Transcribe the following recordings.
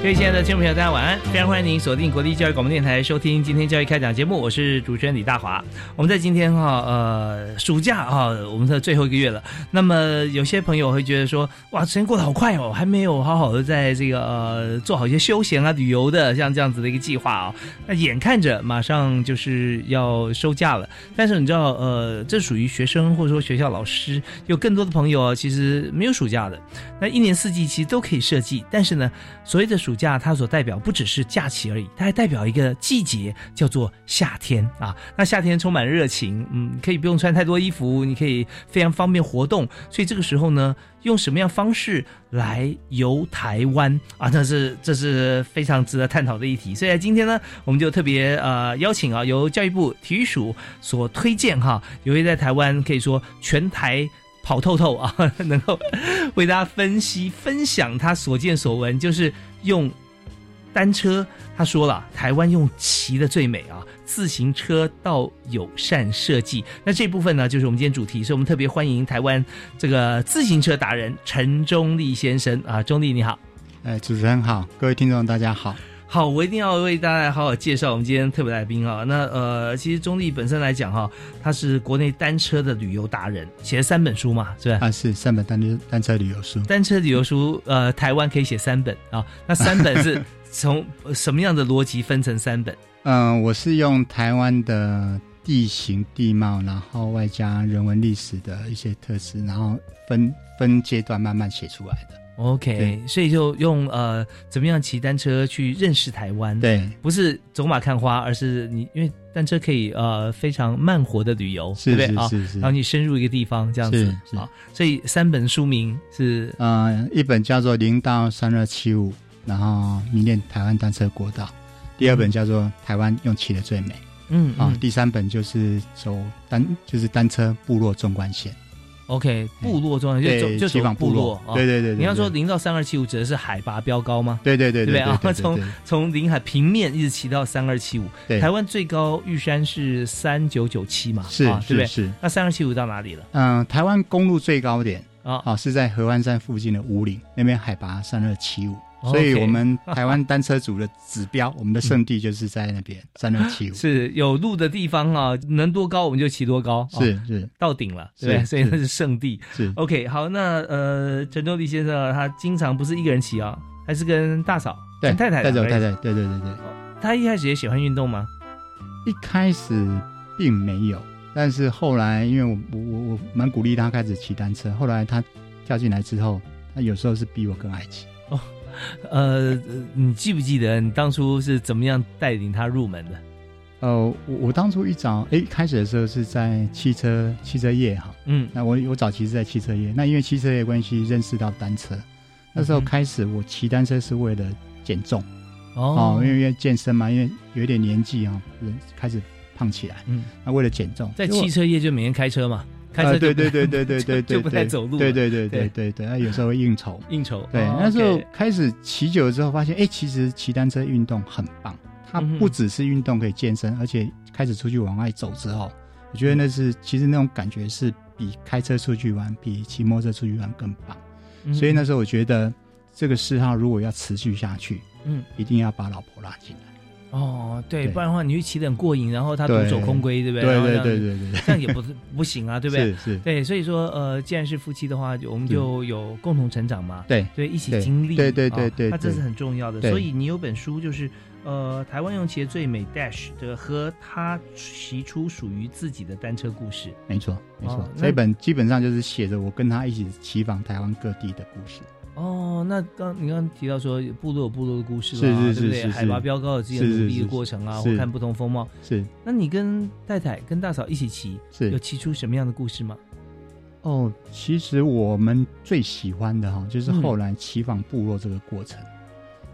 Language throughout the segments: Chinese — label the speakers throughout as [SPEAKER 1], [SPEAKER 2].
[SPEAKER 1] 各位亲爱的听众朋友，大家晚安！非常欢迎您锁定国立教育广播电台收听今天教育开讲节目，我是主持人李大华。我们在今天哈呃暑假哈我们的最后一个月了，那么有些朋友会觉得说哇时间过得好快哦，还没有好好的在这个呃做好一些休闲啊旅游的像这样子的一个计划啊、那眼看着马上就是要收假了，但是你知道呃这属于学生或者说学校老师有更多的朋友啊其实没有暑假的，那一年四季其实都可以设计，但是呢所谓的暑假，它所代表不只是假期而已，它还代表一个季节，叫做夏天啊。那夏天充满热情，嗯，可以不用穿太多衣服，你可以非常方便活动。所以这个时候呢，用什么样方式来游台湾啊？那是这是非常值得探讨的议题。所以在今天呢，我们就特别呃邀请啊，由教育部体育署所推荐哈、有一位在台湾可以说全台。跑透透啊， 能够为大家分析分享他所见所闻，就是用单车。他说了，台湾用骑的最美啊，自行车道友善设计。那这部分呢，就是我们今天主题，所以我们特别欢迎台湾这个自行车达人陈中立先生啊，中立你好。
[SPEAKER 2] 哎，主持人好，各位听众大家好。
[SPEAKER 1] 好，我一定要为大家好好介绍我们今天特别来宾啊。那呃，其实中立本身来讲哈、他是国内单车的旅游达人，写了三本书嘛，是吧？
[SPEAKER 2] 啊，是三本单车单车旅游书。
[SPEAKER 1] 单车旅游书，呃，台湾可以写三本啊。那三本 是从呃什么样的逻辑分成三本？
[SPEAKER 2] 嗯、我是用台湾的地形地貌，然后外加人文历史的一些特质，然后分分阶段慢慢写出来的。
[SPEAKER 1] OK，
[SPEAKER 2] 对
[SPEAKER 1] 所以就用呃怎么样骑单车去认识台湾？，
[SPEAKER 2] 对，
[SPEAKER 1] 不是走马看花，而是你因为单车可以呃非常慢活的旅游，
[SPEAKER 2] 是
[SPEAKER 1] 对不
[SPEAKER 2] 是
[SPEAKER 1] 对啊？
[SPEAKER 2] 是是
[SPEAKER 1] 然后。你深入一个地方这样子
[SPEAKER 2] 是是
[SPEAKER 1] 啊，所以三本书名是
[SPEAKER 2] 嗯，一本叫做《零到三二七五》，然后迷恋台湾单车国道；第二本叫做《台湾用骑的最美》
[SPEAKER 1] 嗯
[SPEAKER 2] 啊、
[SPEAKER 1] 嗯
[SPEAKER 2] 第三本就是走单就是单车部落纵贯线，
[SPEAKER 1] ，OK，部落状态就
[SPEAKER 2] 对，
[SPEAKER 1] 就就
[SPEAKER 2] 骑
[SPEAKER 1] 走
[SPEAKER 2] 访
[SPEAKER 1] 部落
[SPEAKER 2] 落。
[SPEAKER 1] 啊。
[SPEAKER 2] 对对对对，
[SPEAKER 1] 你要
[SPEAKER 2] 对
[SPEAKER 1] 说零到三二七五指的是海拔标高吗？
[SPEAKER 2] 对对对
[SPEAKER 1] 对
[SPEAKER 2] 对
[SPEAKER 1] 不对
[SPEAKER 2] 对
[SPEAKER 1] 啊从从临海平面一直骑到三二七五，
[SPEAKER 2] 对
[SPEAKER 1] 台湾最高玉山是三九九七嘛，
[SPEAKER 2] 是
[SPEAKER 1] 啊，对不
[SPEAKER 2] 是
[SPEAKER 1] 对？
[SPEAKER 2] 是，
[SPEAKER 1] 那三二七五到哪里了
[SPEAKER 2] 嗯，台湾公路最高点
[SPEAKER 1] 啊？
[SPEAKER 2] 啊是在合欢山附近的五岭，那边海拔三二七五。
[SPEAKER 1] 哦 OK
[SPEAKER 2] 所以，我 们台湾单车组的指标，我们的圣地就是在那边三二七五，
[SPEAKER 1] 嗯是有路的地方啊，能多高我们就骑多高，啊、
[SPEAKER 2] 是是
[SPEAKER 1] 到顶了，对不对？
[SPEAKER 2] 是
[SPEAKER 1] 所以那
[SPEAKER 2] 是
[SPEAKER 1] 是圣地。
[SPEAKER 2] 是，
[SPEAKER 1] OK，好，那呃，陈周立先生啊，他经常不是一个人骑啊，还是跟大嫂、
[SPEAKER 2] 对，
[SPEAKER 1] 跟太太
[SPEAKER 2] 带走
[SPEAKER 1] 两个
[SPEAKER 2] 太
[SPEAKER 1] 人
[SPEAKER 2] 太，对对对对。
[SPEAKER 1] 他一开始也喜欢运动吗？
[SPEAKER 2] 一开始并没有，但是后来因为我我我我蛮鼓励他开始骑单车，后来他跳进来之后，他有时候是比我更爱骑。
[SPEAKER 1] 呃，呃你记不记得你当初是怎么样带领他入门的？
[SPEAKER 2] 呃，我我当初一早诶，开始的时候是在汽车汽车业哈，
[SPEAKER 1] 嗯
[SPEAKER 2] 那我我早期是在汽车业，那因为汽车业的关系认识到单车，那时候
[SPEAKER 1] 嗯哼
[SPEAKER 2] 开始我骑单车是为了减重哦
[SPEAKER 1] 哦，
[SPEAKER 2] 因为因为健身嘛，因为有一点年纪啊、人开始胖起来，
[SPEAKER 1] 嗯，
[SPEAKER 2] 那为了减重，
[SPEAKER 1] 在
[SPEAKER 2] 结果
[SPEAKER 1] 汽车业就每天开车嘛，开车
[SPEAKER 2] 啊，
[SPEAKER 1] 就
[SPEAKER 2] 对
[SPEAKER 1] 不
[SPEAKER 2] 对对对对对对，
[SPEAKER 1] 就不太走路了
[SPEAKER 2] 对对对
[SPEAKER 1] 对
[SPEAKER 2] 对对对，那有时候会应酬。
[SPEAKER 1] 应酬。
[SPEAKER 2] 对，
[SPEAKER 1] 哦
[SPEAKER 2] 那时候
[SPEAKER 1] OK
[SPEAKER 2] 开始骑久了之后，发现哎、诶其实骑单车运动很棒，它
[SPEAKER 1] 嗯哼
[SPEAKER 2] 不只是运动可以健身，而且开始出去往外走之后，我
[SPEAKER 1] 嗯
[SPEAKER 2] 觉得那是其实那种感觉是比开车出去玩、比骑摩托车出去玩更棒。
[SPEAKER 1] 嗯
[SPEAKER 2] 所以那时候我觉得这个嗜好如果要持续下去，
[SPEAKER 1] 嗯，
[SPEAKER 2] 一定要把老婆拉进来。
[SPEAKER 1] 哦，对，
[SPEAKER 2] 对
[SPEAKER 1] 不然的话你去起点过瘾，然后他独
[SPEAKER 2] 对
[SPEAKER 1] 走空归，对不
[SPEAKER 2] 对
[SPEAKER 1] 对？然后
[SPEAKER 2] 对
[SPEAKER 1] 这样
[SPEAKER 2] 对对对对，
[SPEAKER 1] 这样也不是不行啊，对不对？
[SPEAKER 2] 是是，
[SPEAKER 1] 对，所以说呃，既然是夫妻的话，就我们就有共同成长嘛，
[SPEAKER 2] 对
[SPEAKER 1] 对，一起
[SPEAKER 2] 对
[SPEAKER 1] 经历，
[SPEAKER 2] 对对对
[SPEAKER 1] 啊
[SPEAKER 2] 对
[SPEAKER 1] 那这
[SPEAKER 2] 对
[SPEAKER 1] 是很重要的。
[SPEAKER 2] 对
[SPEAKER 1] 所以你有本书就是呃，台湾用骑的最美 Dash 的和他骑出属于自己的单车故事。
[SPEAKER 2] 没错没错
[SPEAKER 1] 哦。那
[SPEAKER 2] 这本基本上就是写着我跟他一起骑访台湾各地的故事。
[SPEAKER 1] 哦，那刚你刚刚提到说部落有部落的故事
[SPEAKER 2] 是
[SPEAKER 1] 啊，
[SPEAKER 2] 是
[SPEAKER 1] 对不
[SPEAKER 2] 是
[SPEAKER 1] 对？
[SPEAKER 2] 是
[SPEAKER 1] 海拔
[SPEAKER 2] 是
[SPEAKER 1] 标高有自己的
[SPEAKER 2] 是是
[SPEAKER 1] 努力的
[SPEAKER 2] 是
[SPEAKER 1] 过程啊，
[SPEAKER 2] 是
[SPEAKER 1] 或看不同风貌。
[SPEAKER 2] 是
[SPEAKER 1] 那你跟太太、跟大嫂一起骑，有
[SPEAKER 2] 是
[SPEAKER 1] 骑出什么样的故事吗？
[SPEAKER 2] 哦，其实我们最喜欢的哈，就是
[SPEAKER 1] 嗯哦
[SPEAKER 2] 后来骑访部落这个过程，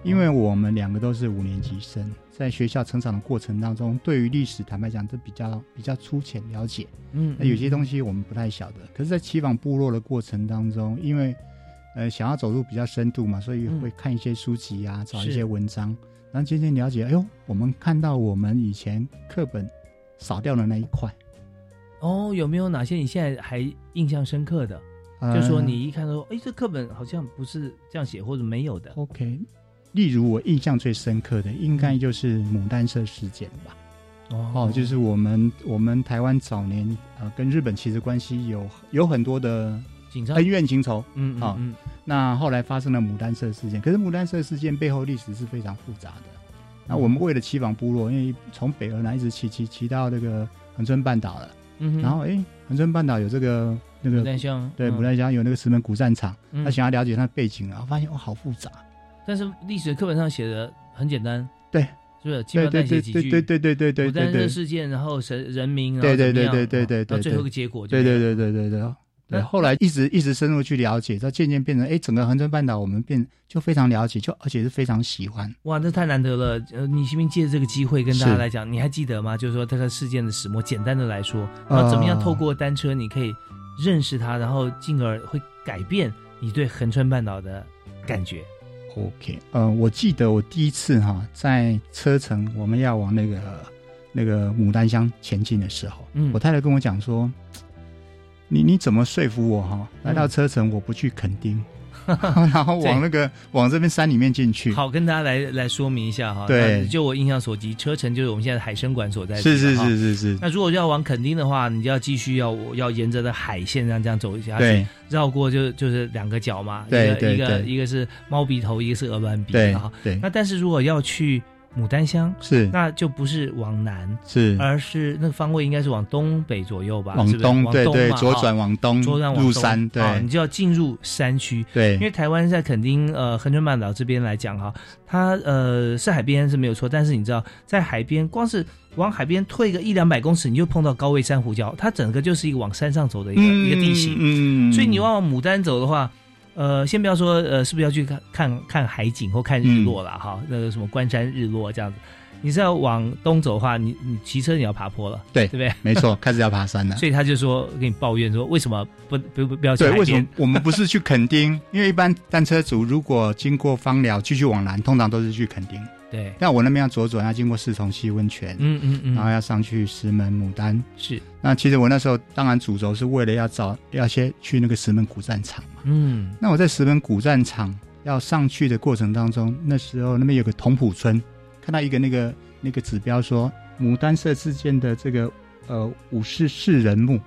[SPEAKER 2] 因为我们两个都是五年级生，在学校成长的过程当中，对于历史坦白讲，这比较比较粗浅了解。
[SPEAKER 1] 嗯，
[SPEAKER 2] 那有些东西我们不太晓得。可是，在骑访部落的过程当中，因为呃想要走入比较深度嘛，所以
[SPEAKER 1] 嗯
[SPEAKER 2] 会看一些书籍啊，找
[SPEAKER 1] 是
[SPEAKER 2] 一些文章，然后渐渐了解。哎呦，我们看到我们以前课本少掉的那一块，
[SPEAKER 1] 哦，有没有哪些你现在还印象深刻的？
[SPEAKER 2] 呃
[SPEAKER 1] 就说你一看说，哎，这课本好像不是这样写，或者没有的。
[SPEAKER 2] OK。例如我印象最深刻的，应
[SPEAKER 1] 嗯
[SPEAKER 2] 该就是牡丹社事件吧。哦，就是我们我们台湾早年呃跟日本其实关系有有很多的
[SPEAKER 1] 紧张
[SPEAKER 2] 恩，怨情仇，
[SPEAKER 1] 嗯
[SPEAKER 2] 哎好
[SPEAKER 1] 嗯
[SPEAKER 2] 那后来发生了牡丹社事件，可是牡丹社事件背后历史是非常复杂的。那我们为了骑访部落，因为从北而南一直骑骑骑到那个恒春半岛了，
[SPEAKER 1] 嗯，
[SPEAKER 2] 然后哎，恒春半岛有这个那
[SPEAKER 1] 牡
[SPEAKER 2] 个
[SPEAKER 1] 丹香，
[SPEAKER 2] 对牡
[SPEAKER 1] 牡丹，
[SPEAKER 2] 丹乡有那个石门古战场，
[SPEAKER 1] 嗯
[SPEAKER 2] 他想要了解它的背景，然后发现哦好复杂，
[SPEAKER 1] 但是历史课本上写的很简单，
[SPEAKER 2] 对，
[SPEAKER 1] 是不是？轻
[SPEAKER 2] 对
[SPEAKER 1] 描
[SPEAKER 2] 对
[SPEAKER 1] 淡写
[SPEAKER 2] 对
[SPEAKER 1] 几
[SPEAKER 2] 对
[SPEAKER 1] 句，
[SPEAKER 2] 对对对对对
[SPEAKER 1] 牡丹
[SPEAKER 2] 对对
[SPEAKER 1] 这事件，然后神人民，然后
[SPEAKER 2] 对对
[SPEAKER 1] 怎么样
[SPEAKER 2] 对对对
[SPEAKER 1] 啊
[SPEAKER 2] 对对
[SPEAKER 1] 到最
[SPEAKER 2] 对
[SPEAKER 1] 后一个结果就
[SPEAKER 2] 对
[SPEAKER 1] 没有，
[SPEAKER 2] 对对对对对。对，后来一直一直深入去了解，到渐渐变成，哎，整个恒春半岛我们变就非常了解，就而且是非常喜欢。
[SPEAKER 1] 哇，那太难得了！呃，你是不是借这个机会跟大家
[SPEAKER 2] 是
[SPEAKER 1] 来讲？你还记得吗？就是说这个事件的始末，简单的来说，
[SPEAKER 2] 啊
[SPEAKER 1] 然后怎么样透过单车，你可以认识它，然后进而会改变你对横川半岛的感觉。
[SPEAKER 2] OK，呃，我记得我第一次哈、在车程我们要往那个那个牡丹乡前进的时候，
[SPEAKER 1] 嗯
[SPEAKER 2] 我太太跟我讲说，你你怎么说服我哈、来
[SPEAKER 1] 嗯
[SPEAKER 2] 到车程我不去垦丁， 然后往那个往这边山里面进去。
[SPEAKER 1] 好，跟大家来来说明一下哈。
[SPEAKER 2] 嗯对
[SPEAKER 1] 那就我印象所及，车城就是我们现在海参馆所在地
[SPEAKER 2] 是是
[SPEAKER 1] 了哈
[SPEAKER 2] 是是是，
[SPEAKER 1] 那如果要往垦丁的话，你就要继续要我要沿着的海线这样这样走下去，
[SPEAKER 2] 对
[SPEAKER 1] 绕过就就是两个角嘛，一
[SPEAKER 2] 对
[SPEAKER 1] 个
[SPEAKER 2] 对
[SPEAKER 1] 一个
[SPEAKER 2] 对
[SPEAKER 1] 一个是猫鼻头，一个是鹅銮鼻，
[SPEAKER 2] 对
[SPEAKER 1] 哈。
[SPEAKER 2] 对，
[SPEAKER 1] 那但是如果要去牡丹乡，
[SPEAKER 2] 是
[SPEAKER 1] 那就不是往南，
[SPEAKER 2] 是
[SPEAKER 1] 而是那个方位应该是往东北左右吧？
[SPEAKER 2] 往
[SPEAKER 1] 是不是
[SPEAKER 2] 东，
[SPEAKER 1] 往
[SPEAKER 2] 对对，
[SPEAKER 1] 嘛
[SPEAKER 2] 左
[SPEAKER 1] 哈
[SPEAKER 2] 转往东，
[SPEAKER 1] 左转往
[SPEAKER 2] 入
[SPEAKER 1] 东
[SPEAKER 2] 山，
[SPEAKER 1] 啊
[SPEAKER 2] 对
[SPEAKER 1] 你就要进入山区。因为
[SPEAKER 2] 对
[SPEAKER 1] 台湾在垦丁呃恒春半岛这边来讲哈，它呃是海边是没有错，但是你知道在海边，光是往海边退个一两百公尺，你就碰到高位珊瑚礁，它整个就是一个往山上走的一个、一个地形。
[SPEAKER 2] 嗯
[SPEAKER 1] 所以你要往牡丹走的话，呃，先不要说呃，是不是要去看看看海景或看日
[SPEAKER 2] 嗯
[SPEAKER 1] 落啦？哈、那个什么关山日落这样子。你是要往东走的话，你你骑车你要爬坡了，
[SPEAKER 2] 对
[SPEAKER 1] 对不对？
[SPEAKER 2] 没错，开始要爬山了。
[SPEAKER 1] 所以他就说跟你抱怨说，为什么不不不不要去
[SPEAKER 2] 对，
[SPEAKER 1] 海
[SPEAKER 2] 为什么
[SPEAKER 1] 边？
[SPEAKER 2] 我们不是去垦丁？ 因为一般单车族如果经过芳寮继续往南，通常都是去垦丁。
[SPEAKER 1] 对，
[SPEAKER 2] 但我那边要左转，要经过四重溪温泉，
[SPEAKER 1] 嗯嗯
[SPEAKER 2] 然后
[SPEAKER 1] 嗯，
[SPEAKER 2] 要上去石门牡丹。
[SPEAKER 1] 是，
[SPEAKER 2] 那其实我那时候当然主轴是为了要找要先去那个石门古战场嘛。
[SPEAKER 1] 嗯
[SPEAKER 2] 那我在石门古战场要上去的过程当中，那时候那边有个同浦村，看到一个那个那个指标说牡丹社事件的这个呃武士四人墓，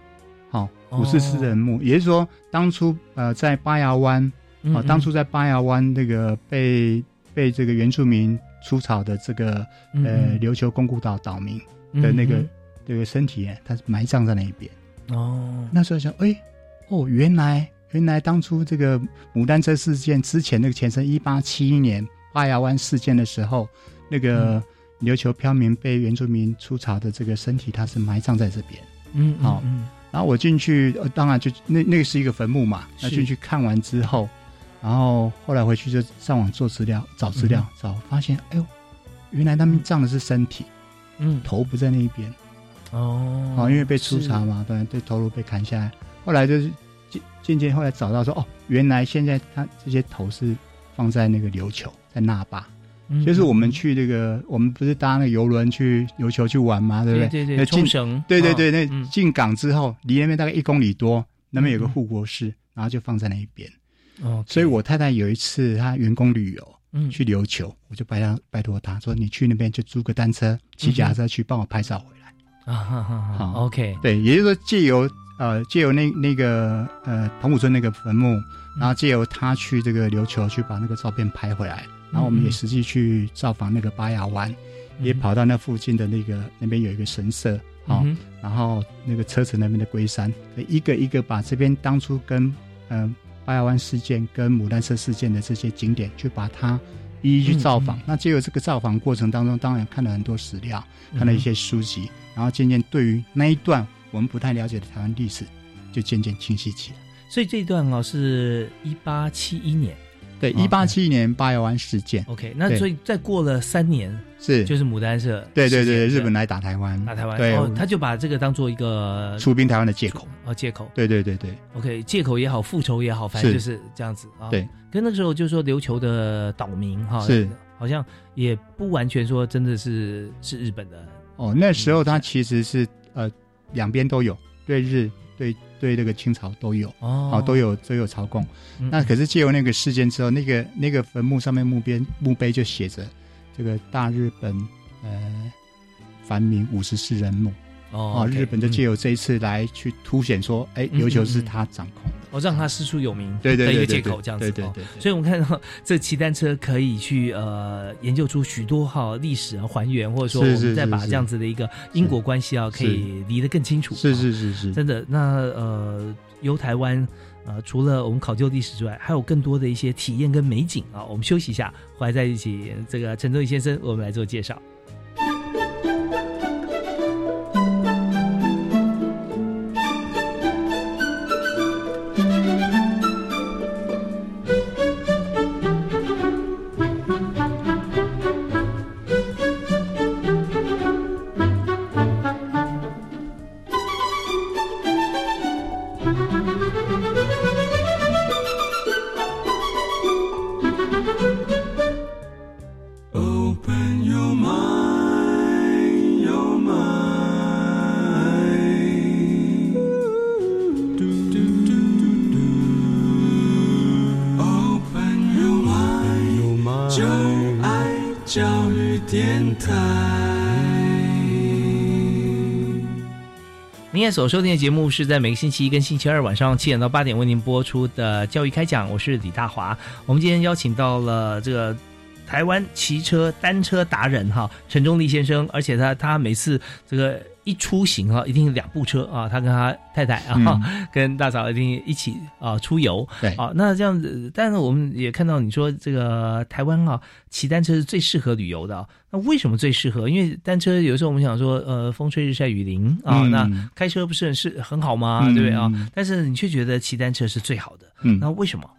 [SPEAKER 2] 好、
[SPEAKER 1] 哦
[SPEAKER 2] 武士四人墓，也就是说当初呃在八窑湾，
[SPEAKER 1] 嗯
[SPEAKER 2] 啊、
[SPEAKER 1] 嗯
[SPEAKER 2] 当初在八窑湾那个被被这个原住民出草的这个
[SPEAKER 1] 嗯
[SPEAKER 2] 呃
[SPEAKER 1] 嗯
[SPEAKER 2] 琉球宫古岛岛民
[SPEAKER 1] 嗯
[SPEAKER 2] 的那个
[SPEAKER 1] 嗯
[SPEAKER 2] 这个身体，他是埋葬在那一边。
[SPEAKER 1] 嗯哦，
[SPEAKER 2] 那时候想，哎、哦，原来原来当初这个牡丹车事件之前那个前身，一八七一年八牙湾事件的时候，那个琉球漂民被原住民出草的这个身体，它是埋葬在这边。
[SPEAKER 1] 嗯
[SPEAKER 2] 好
[SPEAKER 1] 嗯
[SPEAKER 2] 然后我进去，呃、当然就那那个是一个坟墓嘛，
[SPEAKER 1] 是
[SPEAKER 2] 那进去看完之后，然后后来回去就上网做资料，找资料，找发现，哎呦，原来他们葬的是身体，
[SPEAKER 1] 嗯
[SPEAKER 2] 头不在那一边。
[SPEAKER 1] 嗯哦，
[SPEAKER 2] 哦，因为被出
[SPEAKER 1] 是
[SPEAKER 2] 查嘛，对对，头颅被砍下来，后来就是渐渐渐后来找到说，哦，原来现在他这些头是放在那个琉球，在那霸，
[SPEAKER 1] 嗯
[SPEAKER 2] 就是我们去这个，我们不是搭那个游轮去琉球去玩嘛，对不
[SPEAKER 1] 对
[SPEAKER 2] 对？
[SPEAKER 1] 对
[SPEAKER 2] 那
[SPEAKER 1] 对
[SPEAKER 2] 进
[SPEAKER 1] 冲绳，
[SPEAKER 2] 对对
[SPEAKER 1] 哦
[SPEAKER 2] 对，那
[SPEAKER 1] 嗯
[SPEAKER 2] 进港之后，离那边大概一公里多，那边有个
[SPEAKER 1] 嗯
[SPEAKER 2] 护国寺，然后就放在那一边。
[SPEAKER 1] 哦，
[SPEAKER 2] 所以我太太有一次她员工旅游，
[SPEAKER 1] 嗯
[SPEAKER 2] 去琉球，我就拜他拜托他说，你去那边就租个单车，骑
[SPEAKER 1] 嗯
[SPEAKER 2] 脚踏车去帮我拍照回来。
[SPEAKER 1] 啊哈哈哈
[SPEAKER 2] 好
[SPEAKER 1] ，OK，
[SPEAKER 2] 对，也就是说借由呃借由那那个呃彭古村那个坟墓，然后借由他去这个琉球去把那个照片拍回来，然后我们也实际去造访那个巴雅湾，也跑到那附近的那个那边有一个神社，好、
[SPEAKER 1] 嗯
[SPEAKER 2] 然后那个车城那边的龟山，一个一个把这边当初跟嗯、呃、八雅湾事件跟牡丹社事件的这些景点，去把它一一去造访。
[SPEAKER 1] 嗯嗯
[SPEAKER 2] 那借由这个造访过程当中，当然看了很多史料，
[SPEAKER 1] 哼
[SPEAKER 2] 看了一些书籍，然后渐渐对于那一段我们不太了解的台湾历史，就渐渐清晰起来。
[SPEAKER 1] 所以这一段哦是一八七一年
[SPEAKER 2] 对，
[SPEAKER 1] OK
[SPEAKER 2] 一八七一年八雅湾事件
[SPEAKER 1] ，OK，那
[SPEAKER 2] 对
[SPEAKER 1] 所以再过了三年，
[SPEAKER 2] 哦是，
[SPEAKER 1] 就是牡丹社事件，
[SPEAKER 2] 对对对，日
[SPEAKER 1] 是吧
[SPEAKER 2] 本来打台湾，
[SPEAKER 1] 打台湾，
[SPEAKER 2] 对，
[SPEAKER 1] 哦，他就把这个当做一个
[SPEAKER 2] 出兵台湾的借口。
[SPEAKER 1] 哦借口
[SPEAKER 2] 对对对对，
[SPEAKER 1] ，OK，借口也好，复仇也好，反正
[SPEAKER 2] 是
[SPEAKER 1] 就是这样子啊。
[SPEAKER 2] 对，
[SPEAKER 1] 跟那个时候就说琉球的岛民哈，
[SPEAKER 2] 是
[SPEAKER 1] 好像也不完全说真的是是日本的，
[SPEAKER 2] 哦，那时
[SPEAKER 1] 嗯
[SPEAKER 2] 候他其实是呃两边都有，对日对对那个清朝都有，
[SPEAKER 1] 哦
[SPEAKER 2] 哦都有都有朝贡。
[SPEAKER 1] 嗯
[SPEAKER 2] 那可是借由那个事件之后，那个那个坟墓上面墓边墓碑就写着这个大日本呃繁民五十四人墓
[SPEAKER 1] 哦
[SPEAKER 2] 哦，
[SPEAKER 1] ，OK，
[SPEAKER 2] 日本就借
[SPEAKER 1] 嗯
[SPEAKER 2] 由这一次来去凸显说，哎，
[SPEAKER 1] 嗯
[SPEAKER 2] 琉球是
[SPEAKER 1] 嗯嗯
[SPEAKER 2] 他掌控的，
[SPEAKER 1] 哦让他师出有名
[SPEAKER 2] 对对
[SPEAKER 1] 的一
[SPEAKER 2] 对
[SPEAKER 1] 个
[SPEAKER 2] 对，
[SPEAKER 1] 借
[SPEAKER 2] 对
[SPEAKER 1] 口这样子
[SPEAKER 2] 对对
[SPEAKER 1] 哦
[SPEAKER 2] 对，对
[SPEAKER 1] 所以我们看到这骑单车可以去呃研究出许多哈历史啊还原，或者说
[SPEAKER 2] 是
[SPEAKER 1] 我
[SPEAKER 2] 是
[SPEAKER 1] 们再
[SPEAKER 2] 是
[SPEAKER 1] 把
[SPEAKER 2] 是
[SPEAKER 1] 这样子的一个因果关系啊，可以理得更清楚。
[SPEAKER 2] 是
[SPEAKER 1] 哦
[SPEAKER 2] 是是是，
[SPEAKER 1] 真的。那呃，游台湾呃，除了我们考究历史之外，还有更多的一些体验跟美景啊。我们休息一下，回来在一起。这个陈忠义先生，我们来做介绍。
[SPEAKER 3] Open your mind, your mind. Do, do, do, do, do. Open your mind, your mind. 就爱教育电台。
[SPEAKER 1] 您也所收听的节目是在每个星期一跟星期二晚上七点到八点为您播出的《教育开讲》，我是李大华。我们今天邀请到了这个。台湾骑车单车达人哈陈忠立先生，而且他他每次这个一出行啊，一定是两部车啊，他跟他太太啊，
[SPEAKER 2] 嗯
[SPEAKER 1] 跟大嫂一定一起啊出游
[SPEAKER 2] 对
[SPEAKER 1] 啊。那这样子，但是我们也看到你说这个台湾啊，骑单车是最适合旅游的啊、那为什么最适合？因为单车有时候我们想说，呃，风吹日晒雨淋啊，
[SPEAKER 2] 嗯
[SPEAKER 1] 那开车不是很是很好吗？
[SPEAKER 2] 嗯
[SPEAKER 1] 对不对啊
[SPEAKER 2] 嗯？
[SPEAKER 1] 但是你却觉得骑单车是最好的，
[SPEAKER 2] 嗯
[SPEAKER 1] 那为什么？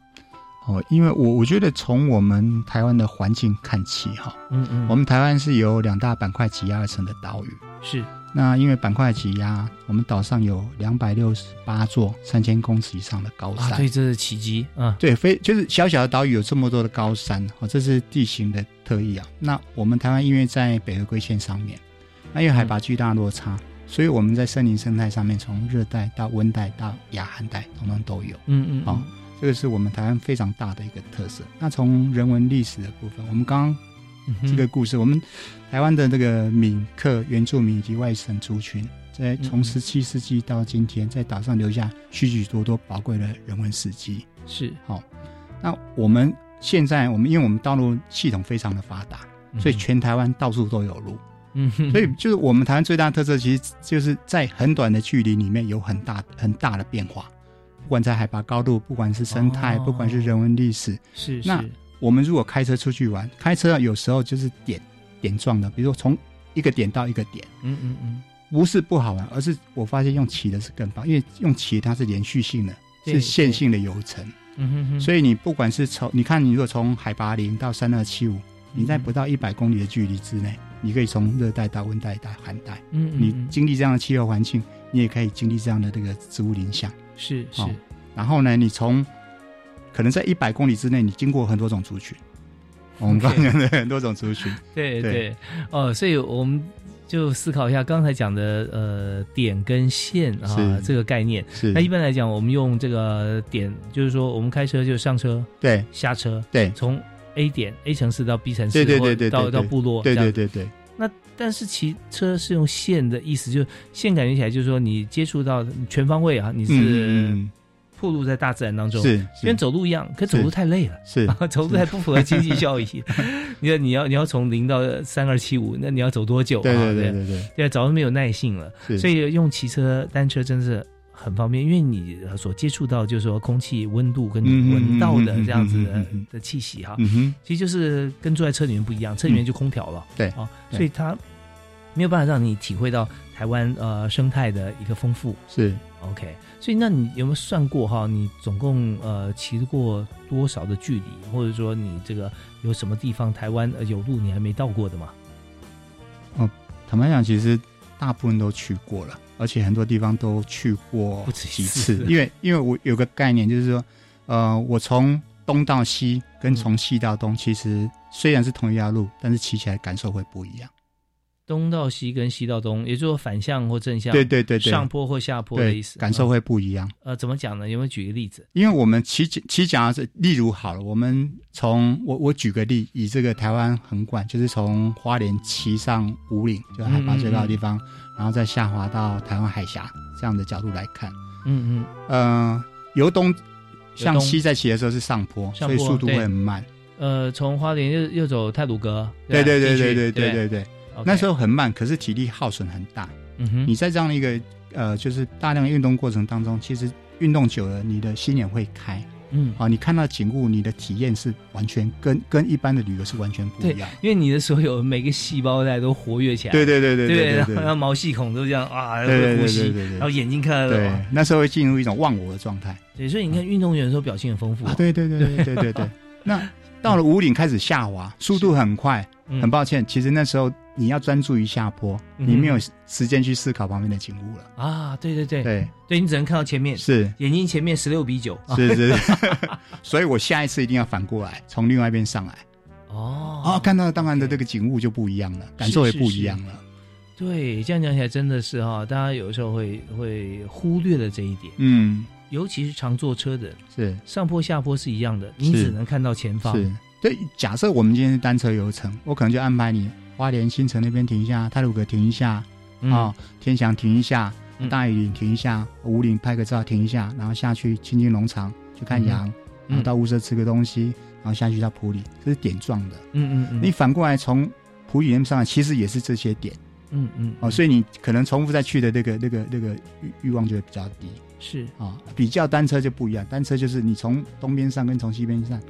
[SPEAKER 2] 哦，因为我我觉得从我们台湾的环境看起哈，
[SPEAKER 1] 嗯嗯
[SPEAKER 2] 我们台湾是由两大板块挤压而成的岛屿。
[SPEAKER 1] 是
[SPEAKER 2] 那因为板块挤压，我们岛上有两百六十八座三千公尺以上的高
[SPEAKER 1] 啊，
[SPEAKER 2] 山。
[SPEAKER 1] 对，这是奇迹啊，
[SPEAKER 2] 对，非就是小小的岛屿有这么多的高山，哦，这是地形的特异啊。那我们台湾因为在北回归线上面，那因为海拔巨大落差，所以我们在森林生态上面，从热带到温带到亚寒带，统统都有。
[SPEAKER 1] 嗯嗯，
[SPEAKER 2] 好、这个是我们台湾非常大的一个特色。那从人文历史的部分，我们刚刚
[SPEAKER 1] 嗯哼
[SPEAKER 2] 这个故事，我们台湾的这个闽客、原住民以及外省族群，在
[SPEAKER 1] 嗯嗯
[SPEAKER 2] 从十七世纪到今天，在岛上留下许许多多宝贵的人文史迹。
[SPEAKER 1] 是，
[SPEAKER 2] 好、那我们现在，我们因为我们道路系统非常的发达，所以
[SPEAKER 1] 嗯哼
[SPEAKER 2] 全台湾到处都有路。
[SPEAKER 1] 嗯哼，
[SPEAKER 2] 所以就是我们台湾最大的特色，其实就是在很短的距离里面有很大很大的变化，不管在海拔高度，不管是生态，
[SPEAKER 1] 哦
[SPEAKER 2] 不管是人文历史，
[SPEAKER 1] 是嗯
[SPEAKER 2] 那
[SPEAKER 1] 是
[SPEAKER 2] 我们如果开车出去玩，开车有时候就是点点状的，比如说从一个点到一个点，
[SPEAKER 1] 嗯嗯嗯，
[SPEAKER 2] 不是不好玩，而是我发现用骑的是更棒，因为用骑它是连续性的，
[SPEAKER 1] 对
[SPEAKER 2] 是线性的游程，
[SPEAKER 1] 嗯哼哼，
[SPEAKER 2] 所以你不管是从你看，你如果从海拔零到三二七五，你在不到一百公里的距离之内，你可以从热带到温带到寒带，
[SPEAKER 1] 嗯嗯
[SPEAKER 2] 你
[SPEAKER 1] 嗯
[SPEAKER 2] 经历这样的气候环境，你也可以经历这样的这个植物林相。
[SPEAKER 1] 是是
[SPEAKER 2] 好然后呢，你从可能在一百公里之内，你经过很多种族群。我们刚
[SPEAKER 1] OK
[SPEAKER 2] 刚讲的很多种族 群，
[SPEAKER 1] 对
[SPEAKER 2] 对
[SPEAKER 1] 对，哦，所以我们就思考一下刚才讲的呃点跟线啊
[SPEAKER 2] 是
[SPEAKER 1] 这个概念。
[SPEAKER 2] 是
[SPEAKER 1] 那一般来讲，我们用这个点，就是说我们开车就上车、
[SPEAKER 2] 对
[SPEAKER 1] 下车，
[SPEAKER 2] 对
[SPEAKER 1] 从 A 点 A 城市到 B 城市，
[SPEAKER 2] 对对对
[SPEAKER 1] 或
[SPEAKER 2] 对对
[SPEAKER 1] 到
[SPEAKER 2] 对
[SPEAKER 1] 到部落，
[SPEAKER 2] 对
[SPEAKER 1] 这样
[SPEAKER 2] 对对对，
[SPEAKER 1] 那但是骑车是用线的意思，就是线感觉起来就是说你接触到全方位啊，你是
[SPEAKER 2] 嗯，
[SPEAKER 1] 暴露在大自然当中，
[SPEAKER 2] 是
[SPEAKER 1] 跟
[SPEAKER 2] 是
[SPEAKER 1] 走路一样，可走路太累了。
[SPEAKER 2] 是，
[SPEAKER 1] 走路太不符合经济效益， 你看你要你要从零到三二七五，那你要走多久啊？
[SPEAKER 2] 对对对
[SPEAKER 1] 不
[SPEAKER 2] 对对
[SPEAKER 1] 对，早就没有耐性了。
[SPEAKER 2] 是，
[SPEAKER 1] 所
[SPEAKER 2] 以
[SPEAKER 1] 以用骑车、单车真是很方便，因为你所接触到就是说空气温度跟
[SPEAKER 2] 嗯
[SPEAKER 1] 你
[SPEAKER 2] 哼
[SPEAKER 1] 闻到的
[SPEAKER 2] 嗯哼
[SPEAKER 1] 这样子
[SPEAKER 2] 嗯哼
[SPEAKER 1] 的
[SPEAKER 2] 嗯哼
[SPEAKER 1] 的气息哈，
[SPEAKER 2] 嗯哼，
[SPEAKER 1] 其实就是跟坐在车里面不一样，车里面就空调了，
[SPEAKER 2] 对
[SPEAKER 1] 啊，
[SPEAKER 2] 嗯对
[SPEAKER 1] 所以它没有办法让你体会到台湾呃生态的一个丰富。
[SPEAKER 2] 是
[SPEAKER 1] OK，所以那你有没有算过哈？你总共呃骑过多少的距离，或者说你这个有什么地方台湾呃有路你还没到过的吗？
[SPEAKER 2] 坦白讲，其实大部分都去过了，而且很多地方都去过
[SPEAKER 1] 不止一
[SPEAKER 2] 几
[SPEAKER 1] 次
[SPEAKER 2] 次，因为因为我有个概念，就是说，呃，我从东到西跟
[SPEAKER 1] 嗯
[SPEAKER 2] 从西到东，其实虽然是同一条路，但是骑起来感受会不一样。
[SPEAKER 1] 东到西跟西到东，也就是说反向或正向，
[SPEAKER 2] 对对对对，
[SPEAKER 1] 上坡或下坡的
[SPEAKER 2] 对
[SPEAKER 1] 意思，
[SPEAKER 2] 感受
[SPEAKER 1] 呃
[SPEAKER 2] 会不一样。
[SPEAKER 1] 呃怎么讲呢？有没有举个例子？
[SPEAKER 2] 因为我们骑脚骑脚踏车，例如好了，我们从我我举个例，以这个台湾横贯，就是从花莲骑上五岭，就是海拔最高的地方，
[SPEAKER 1] 嗯
[SPEAKER 2] 然后再下滑到台湾海峡这样的角度来看，
[SPEAKER 1] 嗯
[SPEAKER 2] 呃，由东向
[SPEAKER 1] 由东
[SPEAKER 2] 西在骑的时候是上坡，
[SPEAKER 1] 上
[SPEAKER 2] 所
[SPEAKER 1] 坡
[SPEAKER 2] 以速度会很慢。
[SPEAKER 1] 嗯，呃，从花莲又又走泰鲁阁，
[SPEAKER 2] 对对对对对
[SPEAKER 1] 对
[SPEAKER 2] 对
[SPEAKER 1] 不
[SPEAKER 2] 对对，
[SPEAKER 1] OK
[SPEAKER 2] 那时候很慢，可是体力耗损很大。
[SPEAKER 1] 嗯哼，
[SPEAKER 2] 你在这样的一个呃，就是大量运动过程当中，其实运动久了，你的心也会开。
[SPEAKER 1] 嗯，
[SPEAKER 2] 啊，你看到景物，你的体验是完全跟跟一般的旅游是完全不一样。
[SPEAKER 1] 因为你的所有每个细胞在都活跃起来，
[SPEAKER 2] 对对对对
[SPEAKER 1] 对
[SPEAKER 2] 对
[SPEAKER 1] 然后
[SPEAKER 2] 对
[SPEAKER 1] 然后毛细孔都这样啊，
[SPEAKER 2] 对对
[SPEAKER 1] 会呼
[SPEAKER 2] 对
[SPEAKER 1] 吸
[SPEAKER 2] 对，对
[SPEAKER 1] 然后眼睛看到
[SPEAKER 2] 对，那时候会进入一种忘我的状态
[SPEAKER 1] 对，所以你看运动员的时候表情很丰富
[SPEAKER 2] 啊！，对对对对对对对。那到了五岭开始下滑，速度很快，
[SPEAKER 1] 嗯
[SPEAKER 2] 很抱歉，其实那时候你要专注于下坡，
[SPEAKER 1] 嗯
[SPEAKER 2] 你没有时间去思考旁边的景物了。
[SPEAKER 1] 啊，对对对，
[SPEAKER 2] 对，啊
[SPEAKER 1] 对你只能看到前面，
[SPEAKER 2] 是
[SPEAKER 1] 眼睛前面十六比九，
[SPEAKER 2] 是是， 所以我下一次一定要反过来，从另外一边上来。
[SPEAKER 1] 哦
[SPEAKER 2] 哦，看到当然的
[SPEAKER 1] OK
[SPEAKER 2] 这个景物就不一样了，感受也不一样了。
[SPEAKER 1] 对，这样讲起来真的是哈，大家有时候会会忽略了这一点，
[SPEAKER 2] 嗯，
[SPEAKER 1] 尤其是常坐车的，
[SPEAKER 2] 是。
[SPEAKER 1] 上坡下坡是一样的，你
[SPEAKER 2] 是
[SPEAKER 1] 只能看到前方。
[SPEAKER 2] 是，对。假设我们今天是单车游程，我可能就安排你花莲新城那边停一下，泰鲁阁停一下啊、
[SPEAKER 1] 嗯
[SPEAKER 2] 天祥停一下
[SPEAKER 1] 嗯，
[SPEAKER 2] 大屿停一下，五岭拍个照停一下，然后下去青青农场去
[SPEAKER 1] 嗯
[SPEAKER 2] 看羊，然后到雾社吃个东西，然后下去到普里，这是点状的。
[SPEAKER 1] 嗯嗯嗯，
[SPEAKER 2] 你反过来从普里那边上来，其实也是这些点
[SPEAKER 1] 嗯嗯
[SPEAKER 2] 哦，所以你可能重复再去的那个那个那个欲欲望就会比较低
[SPEAKER 1] 以是
[SPEAKER 2] 啊、比较单车就不一样，单车就是你从东边上跟从西边上，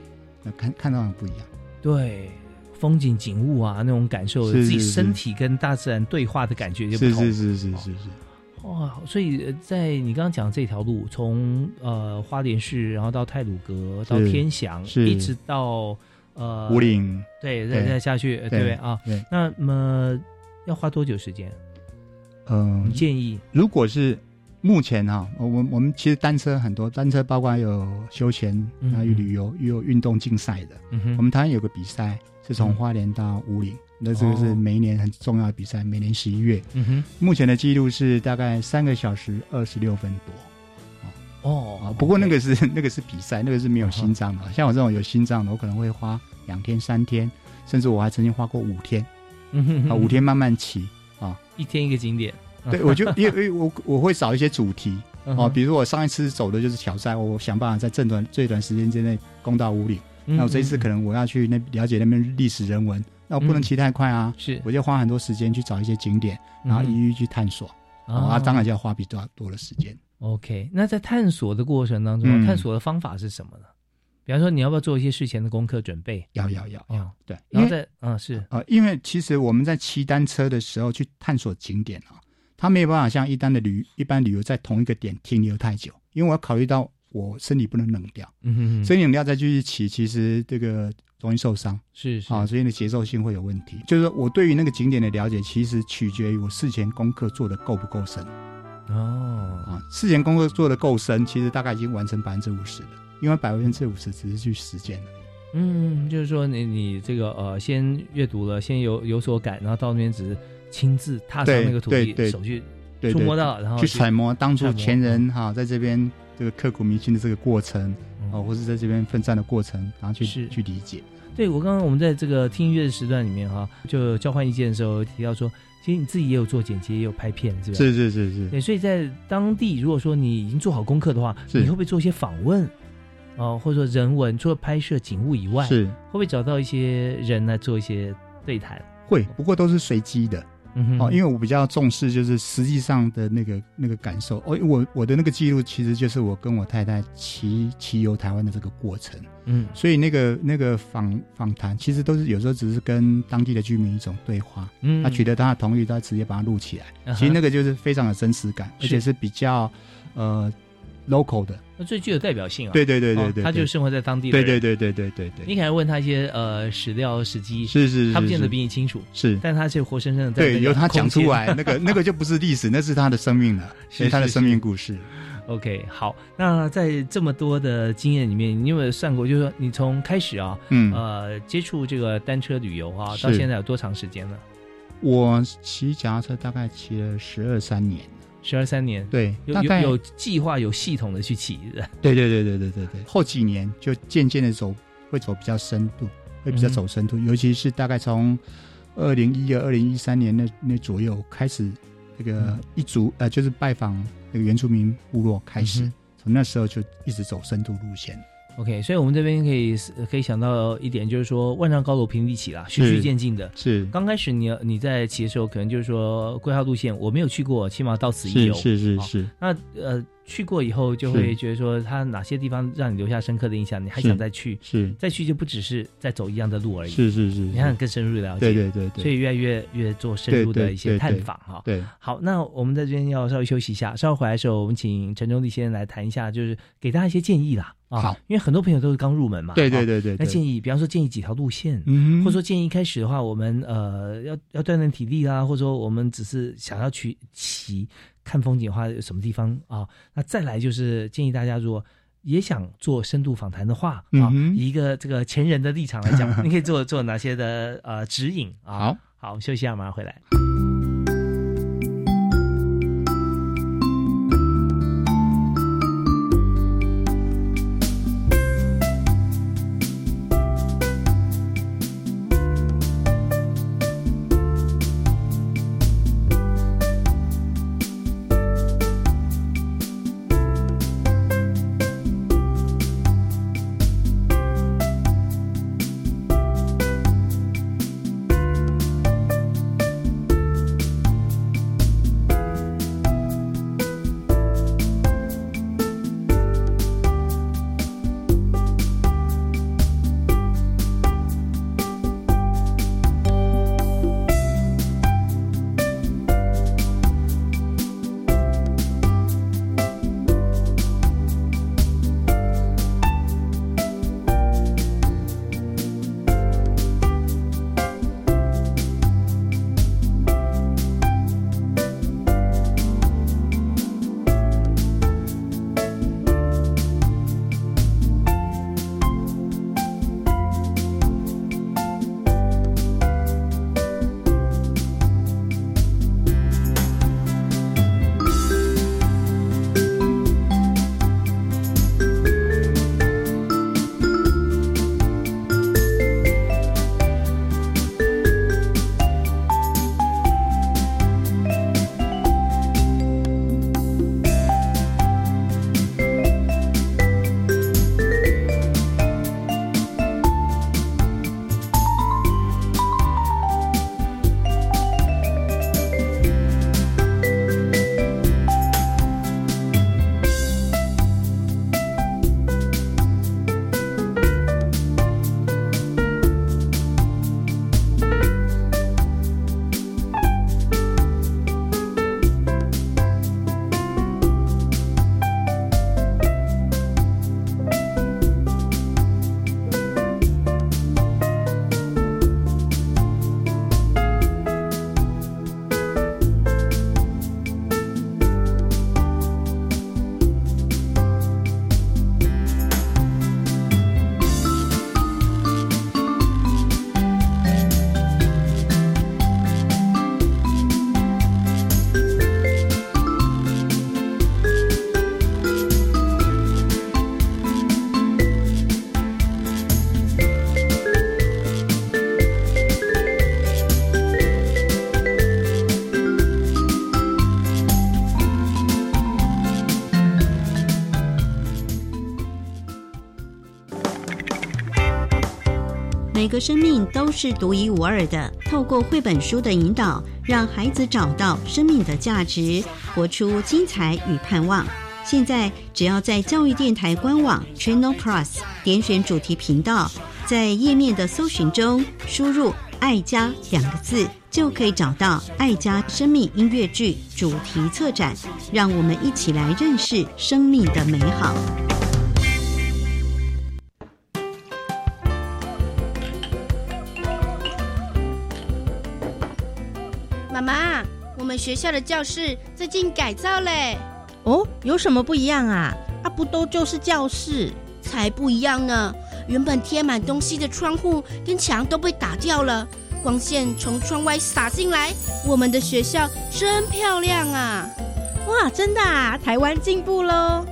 [SPEAKER 2] 那看看到的不一样。
[SPEAKER 1] 对风景景物啊那种感受，
[SPEAKER 2] 是是
[SPEAKER 1] 自己
[SPEAKER 2] 是
[SPEAKER 1] 身体跟大自然对话的哦感觉就不
[SPEAKER 2] 是
[SPEAKER 1] 同。
[SPEAKER 2] 是是是是是，
[SPEAKER 1] 哇，所以呃在你刚刚讲这条路，从呃花莲市，然后到泰鲁阁，到
[SPEAKER 2] 是
[SPEAKER 1] 天祥，
[SPEAKER 2] 是
[SPEAKER 1] 一直到呃
[SPEAKER 2] 五，岭
[SPEAKER 1] 对，再
[SPEAKER 2] 对
[SPEAKER 1] 再下去，呃
[SPEAKER 2] 对
[SPEAKER 1] 对不对啊？
[SPEAKER 2] 对，
[SPEAKER 1] 那么要花多久时间？
[SPEAKER 2] 嗯
[SPEAKER 1] 你，建议
[SPEAKER 2] 如果是目前哈、我我们我们其实单车很多，单车包括有休闲，
[SPEAKER 1] 嗯
[SPEAKER 2] 然后有旅游，也有运动竞赛的。
[SPEAKER 1] 嗯哼
[SPEAKER 2] 我们台湾有个比赛是
[SPEAKER 1] 嗯
[SPEAKER 2] 从花莲到五岭，那这个
[SPEAKER 1] 哦
[SPEAKER 2] 是每一年很重要的比赛，每年十一月。
[SPEAKER 1] 嗯哼，
[SPEAKER 2] 目前的记录是大概三个小时二十六分多
[SPEAKER 1] 哦嗯
[SPEAKER 2] 啊，不过那个是 那个是比赛，那个是没有心脏的。像我这种有心脏的，我可能会花两天、三天，甚至我还曾经花过五天
[SPEAKER 1] 啊
[SPEAKER 2] 啊，五天慢慢骑。
[SPEAKER 1] 一天一个景点，
[SPEAKER 2] 对，我就因为因为我我会找一些主题，
[SPEAKER 1] 嗯
[SPEAKER 2] 哦，
[SPEAKER 1] 哼
[SPEAKER 2] 比如我上一次走的就是挑战，我想办法在正短最短时间之内攻到五岭。
[SPEAKER 1] 嗯
[SPEAKER 2] 那我这一次可能我要去那了解那边历史人文，那我不能骑太快啊，
[SPEAKER 1] 是，
[SPEAKER 2] 我就花很多时间去找一些景点，然后一一去探索。
[SPEAKER 1] 嗯
[SPEAKER 2] 哦啊，
[SPEAKER 1] 啊
[SPEAKER 2] 当然就要花比较多的时间。
[SPEAKER 1] OK，那在探索的过程当中，
[SPEAKER 2] 嗯
[SPEAKER 1] 探索的方法是什么呢？比方说，你要不要做一些事前的功课准备？
[SPEAKER 2] 要要要要，
[SPEAKER 1] 哦，
[SPEAKER 2] 对，因
[SPEAKER 1] 然
[SPEAKER 2] 为
[SPEAKER 1] 后再嗯是
[SPEAKER 2] 呃，因为其实我们在骑单车的时候去探索景点啊，它没有办法像一般的旅一般旅游在同一个点停留太久，因为我要考虑到我身体不能冷掉，
[SPEAKER 1] 嗯哼哼，
[SPEAKER 2] 身体冷掉再继续骑，其实这个容易受伤。
[SPEAKER 1] 是是
[SPEAKER 2] 啊，所以呢，节奏性会有问题。就是说我对于那个景点的了解，其实取决于我事前功课做的够不够深
[SPEAKER 1] 哦，
[SPEAKER 2] 啊。事前功课做的够深，其实大概已经完成百分之五十了，因为百分之五十只是去实践了。
[SPEAKER 1] 嗯，就是说你你这个呃，先阅读了，先有有所感，然后到那边只是亲自踏上
[SPEAKER 2] 对
[SPEAKER 1] 那个土
[SPEAKER 2] 对
[SPEAKER 1] 地，
[SPEAKER 2] 对
[SPEAKER 1] 手去
[SPEAKER 2] 对
[SPEAKER 1] 触
[SPEAKER 2] 对
[SPEAKER 1] 摸到，然后
[SPEAKER 2] 去揣摩当
[SPEAKER 1] 揣
[SPEAKER 2] 初
[SPEAKER 1] 摩
[SPEAKER 2] 前人哈、在这边这个刻骨铭心的这个过程，
[SPEAKER 1] 嗯
[SPEAKER 2] 哦，或是在这边奋战的过程，然后去
[SPEAKER 1] 是
[SPEAKER 2] 去理解。
[SPEAKER 1] 对我刚刚我们在这个听音乐的时段里面哈、就交换意见的时候提到说，其实你自己也有做剪辑，也有拍片，是不是？
[SPEAKER 2] 是是是是，
[SPEAKER 1] 对，所以在当地，如果说你已经做好功课的话，
[SPEAKER 2] 是
[SPEAKER 1] 你会不会做一些访问？哦，或者说人文，除了拍摄景物以外，会
[SPEAKER 2] 是
[SPEAKER 1] 不会找到一些人来做一些对谈？
[SPEAKER 2] 会，不过都是随机的
[SPEAKER 1] 嗯哼，
[SPEAKER 2] 哦，因
[SPEAKER 1] 为
[SPEAKER 2] 为我比较重视就是实际上的那个那个感受。哦，因为我我的那个记录其实就是我跟我太太骑骑游台湾的这个过程，
[SPEAKER 1] 嗯
[SPEAKER 2] 所以那个那个访访谈其实都是有时候只是跟当地的居民一种对话，
[SPEAKER 1] 嗯，
[SPEAKER 2] 他取得他的同意，他直接把它录起来。
[SPEAKER 1] 嗯哼，
[SPEAKER 2] 其实那个就是非常有真实感，
[SPEAKER 1] 是
[SPEAKER 2] 而且是比较呃 local 的。
[SPEAKER 1] 那最具有代表性啊。
[SPEAKER 2] 对对对
[SPEAKER 1] 哦
[SPEAKER 2] 对对，
[SPEAKER 1] 他就
[SPEAKER 2] 对
[SPEAKER 1] 生活在当地的
[SPEAKER 2] 对
[SPEAKER 1] 人。
[SPEAKER 2] 对对对对对
[SPEAKER 1] 你
[SPEAKER 2] 对，
[SPEAKER 1] 可能问他一些呃史料史记，
[SPEAKER 2] 是是是，
[SPEAKER 1] 他不见得
[SPEAKER 2] 是
[SPEAKER 1] 比你清楚，
[SPEAKER 2] 是。
[SPEAKER 1] 但他是活生生的在那
[SPEAKER 2] 对，
[SPEAKER 1] 个
[SPEAKER 2] 由他
[SPEAKER 1] 空
[SPEAKER 2] 讲
[SPEAKER 1] 间
[SPEAKER 2] 出。来，那个那个就不是历史，那是他的生命了，
[SPEAKER 1] 是
[SPEAKER 2] 所以他的
[SPEAKER 1] 是
[SPEAKER 2] 生命故事。
[SPEAKER 1] OK，好，那在这么多的经验里面，你有没有算过？就是说你从开始啊，
[SPEAKER 2] 嗯，
[SPEAKER 1] 呃，接触这个单车旅游啊，
[SPEAKER 2] 是
[SPEAKER 1] 到现在有多长时间了？
[SPEAKER 2] 我骑脚踏车大概骑了十二三年，
[SPEAKER 1] 十二三年，
[SPEAKER 2] 对，
[SPEAKER 1] 有
[SPEAKER 2] 大
[SPEAKER 1] 有
[SPEAKER 2] 概
[SPEAKER 1] 有计划、有系统的去骑的。
[SPEAKER 2] 对对对对对对对，后几年就渐渐的走会走比较深度，会比较
[SPEAKER 1] 嗯哼
[SPEAKER 2] 走深度，尤其是大概从二零一二、二零一三年那那左右开始，这个
[SPEAKER 1] 嗯
[SPEAKER 2] 一族、呃就是拜访那个原住民部落开始，
[SPEAKER 1] 嗯
[SPEAKER 2] 从那时候就一直走深度路线。
[SPEAKER 1] OK，所以我们这边可以可以想到一点，就是说万丈高楼平地起啦，循
[SPEAKER 2] 是
[SPEAKER 1] 序渐进的。
[SPEAKER 2] 是
[SPEAKER 1] 刚开始你你在骑的时候，可能就是说规划路线，我没有去过，起码到此一游。
[SPEAKER 2] 是
[SPEAKER 1] 好那呃，去过以后就会觉得说，它哪些地方让你留下深刻的印象，你还
[SPEAKER 2] 是
[SPEAKER 1] 想再去，
[SPEAKER 2] 是
[SPEAKER 1] 再去就不只是在走一样的路而已。
[SPEAKER 2] 是是
[SPEAKER 1] 你看更深入了解，
[SPEAKER 2] 对对对
[SPEAKER 1] 所
[SPEAKER 2] 对
[SPEAKER 1] 以啊越来越越做深入
[SPEAKER 2] 对对
[SPEAKER 1] 的一些
[SPEAKER 2] 对
[SPEAKER 1] 探
[SPEAKER 2] 对
[SPEAKER 1] 访哈。
[SPEAKER 2] 对，
[SPEAKER 1] 好，那我们在这边要稍微休息一下，稍后回来的时候，我们请陈忠立先生来谈一下，就是给大家一些建议啦。啊，
[SPEAKER 2] 好，
[SPEAKER 1] 因为很多朋友都是刚入门嘛，
[SPEAKER 2] 对对
[SPEAKER 1] 对。
[SPEAKER 2] 对对，
[SPEAKER 1] 那建
[SPEAKER 2] 议，
[SPEAKER 1] 议，比方说建议几条路线，
[SPEAKER 2] 嗯哼，
[SPEAKER 1] 或者说建议一开始的话，我们呃要要锻炼体力啊，或者说我们只是想要去骑看风景的话，有什么地方啊？那再来就是建议大家，如果也想做深度访谈的话啊
[SPEAKER 2] 嗯，哼
[SPEAKER 1] 以一个这个前人的立场来 讲，你可以做做哪些的呃指引啊？
[SPEAKER 2] 好，
[SPEAKER 1] 好，我们休息一下，马上回来。
[SPEAKER 4] 每个生命都是独一无二的。透过绘本书的引导，让孩子找到生命的价值，活出精彩与盼望。现在只要在教育电台官网 Channel Plus 点选主题频道，在页面的搜寻中输入“爱家”两个字，就可以找到“爱家生命音乐剧”主题策展。让我们一起来认识生命的美好。
[SPEAKER 5] 妈妈，我们学校的教室最近改造嘞，
[SPEAKER 6] 哦，有什么不一样啊？啊，不都就是教室？
[SPEAKER 5] 才不一样呢！原本贴满东西的窗户跟墙都被打掉了，光线从窗外洒进来，我们的学校真漂亮啊！
[SPEAKER 6] 哇，真的啊，台湾进步喽！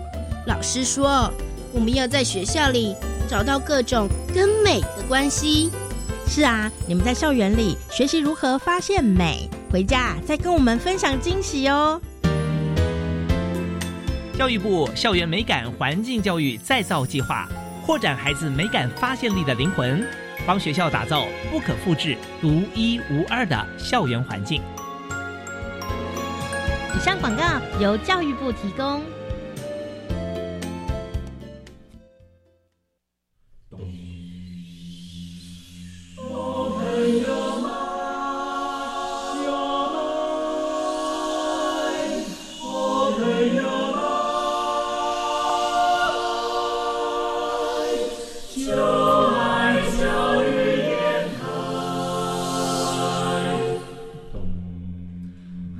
[SPEAKER 5] 老师说，我们要在学校里找到各种跟美的关系。
[SPEAKER 6] 是啊，你们在校园里学习如何发现美，回家再跟我们分享惊喜哦。
[SPEAKER 1] 教育部校园美感环境教育再造计划，扩展孩子美感发现力的灵魂，帮学校打造不可复制、独一无二的校园环境。
[SPEAKER 7] 以上广告由教育部提供。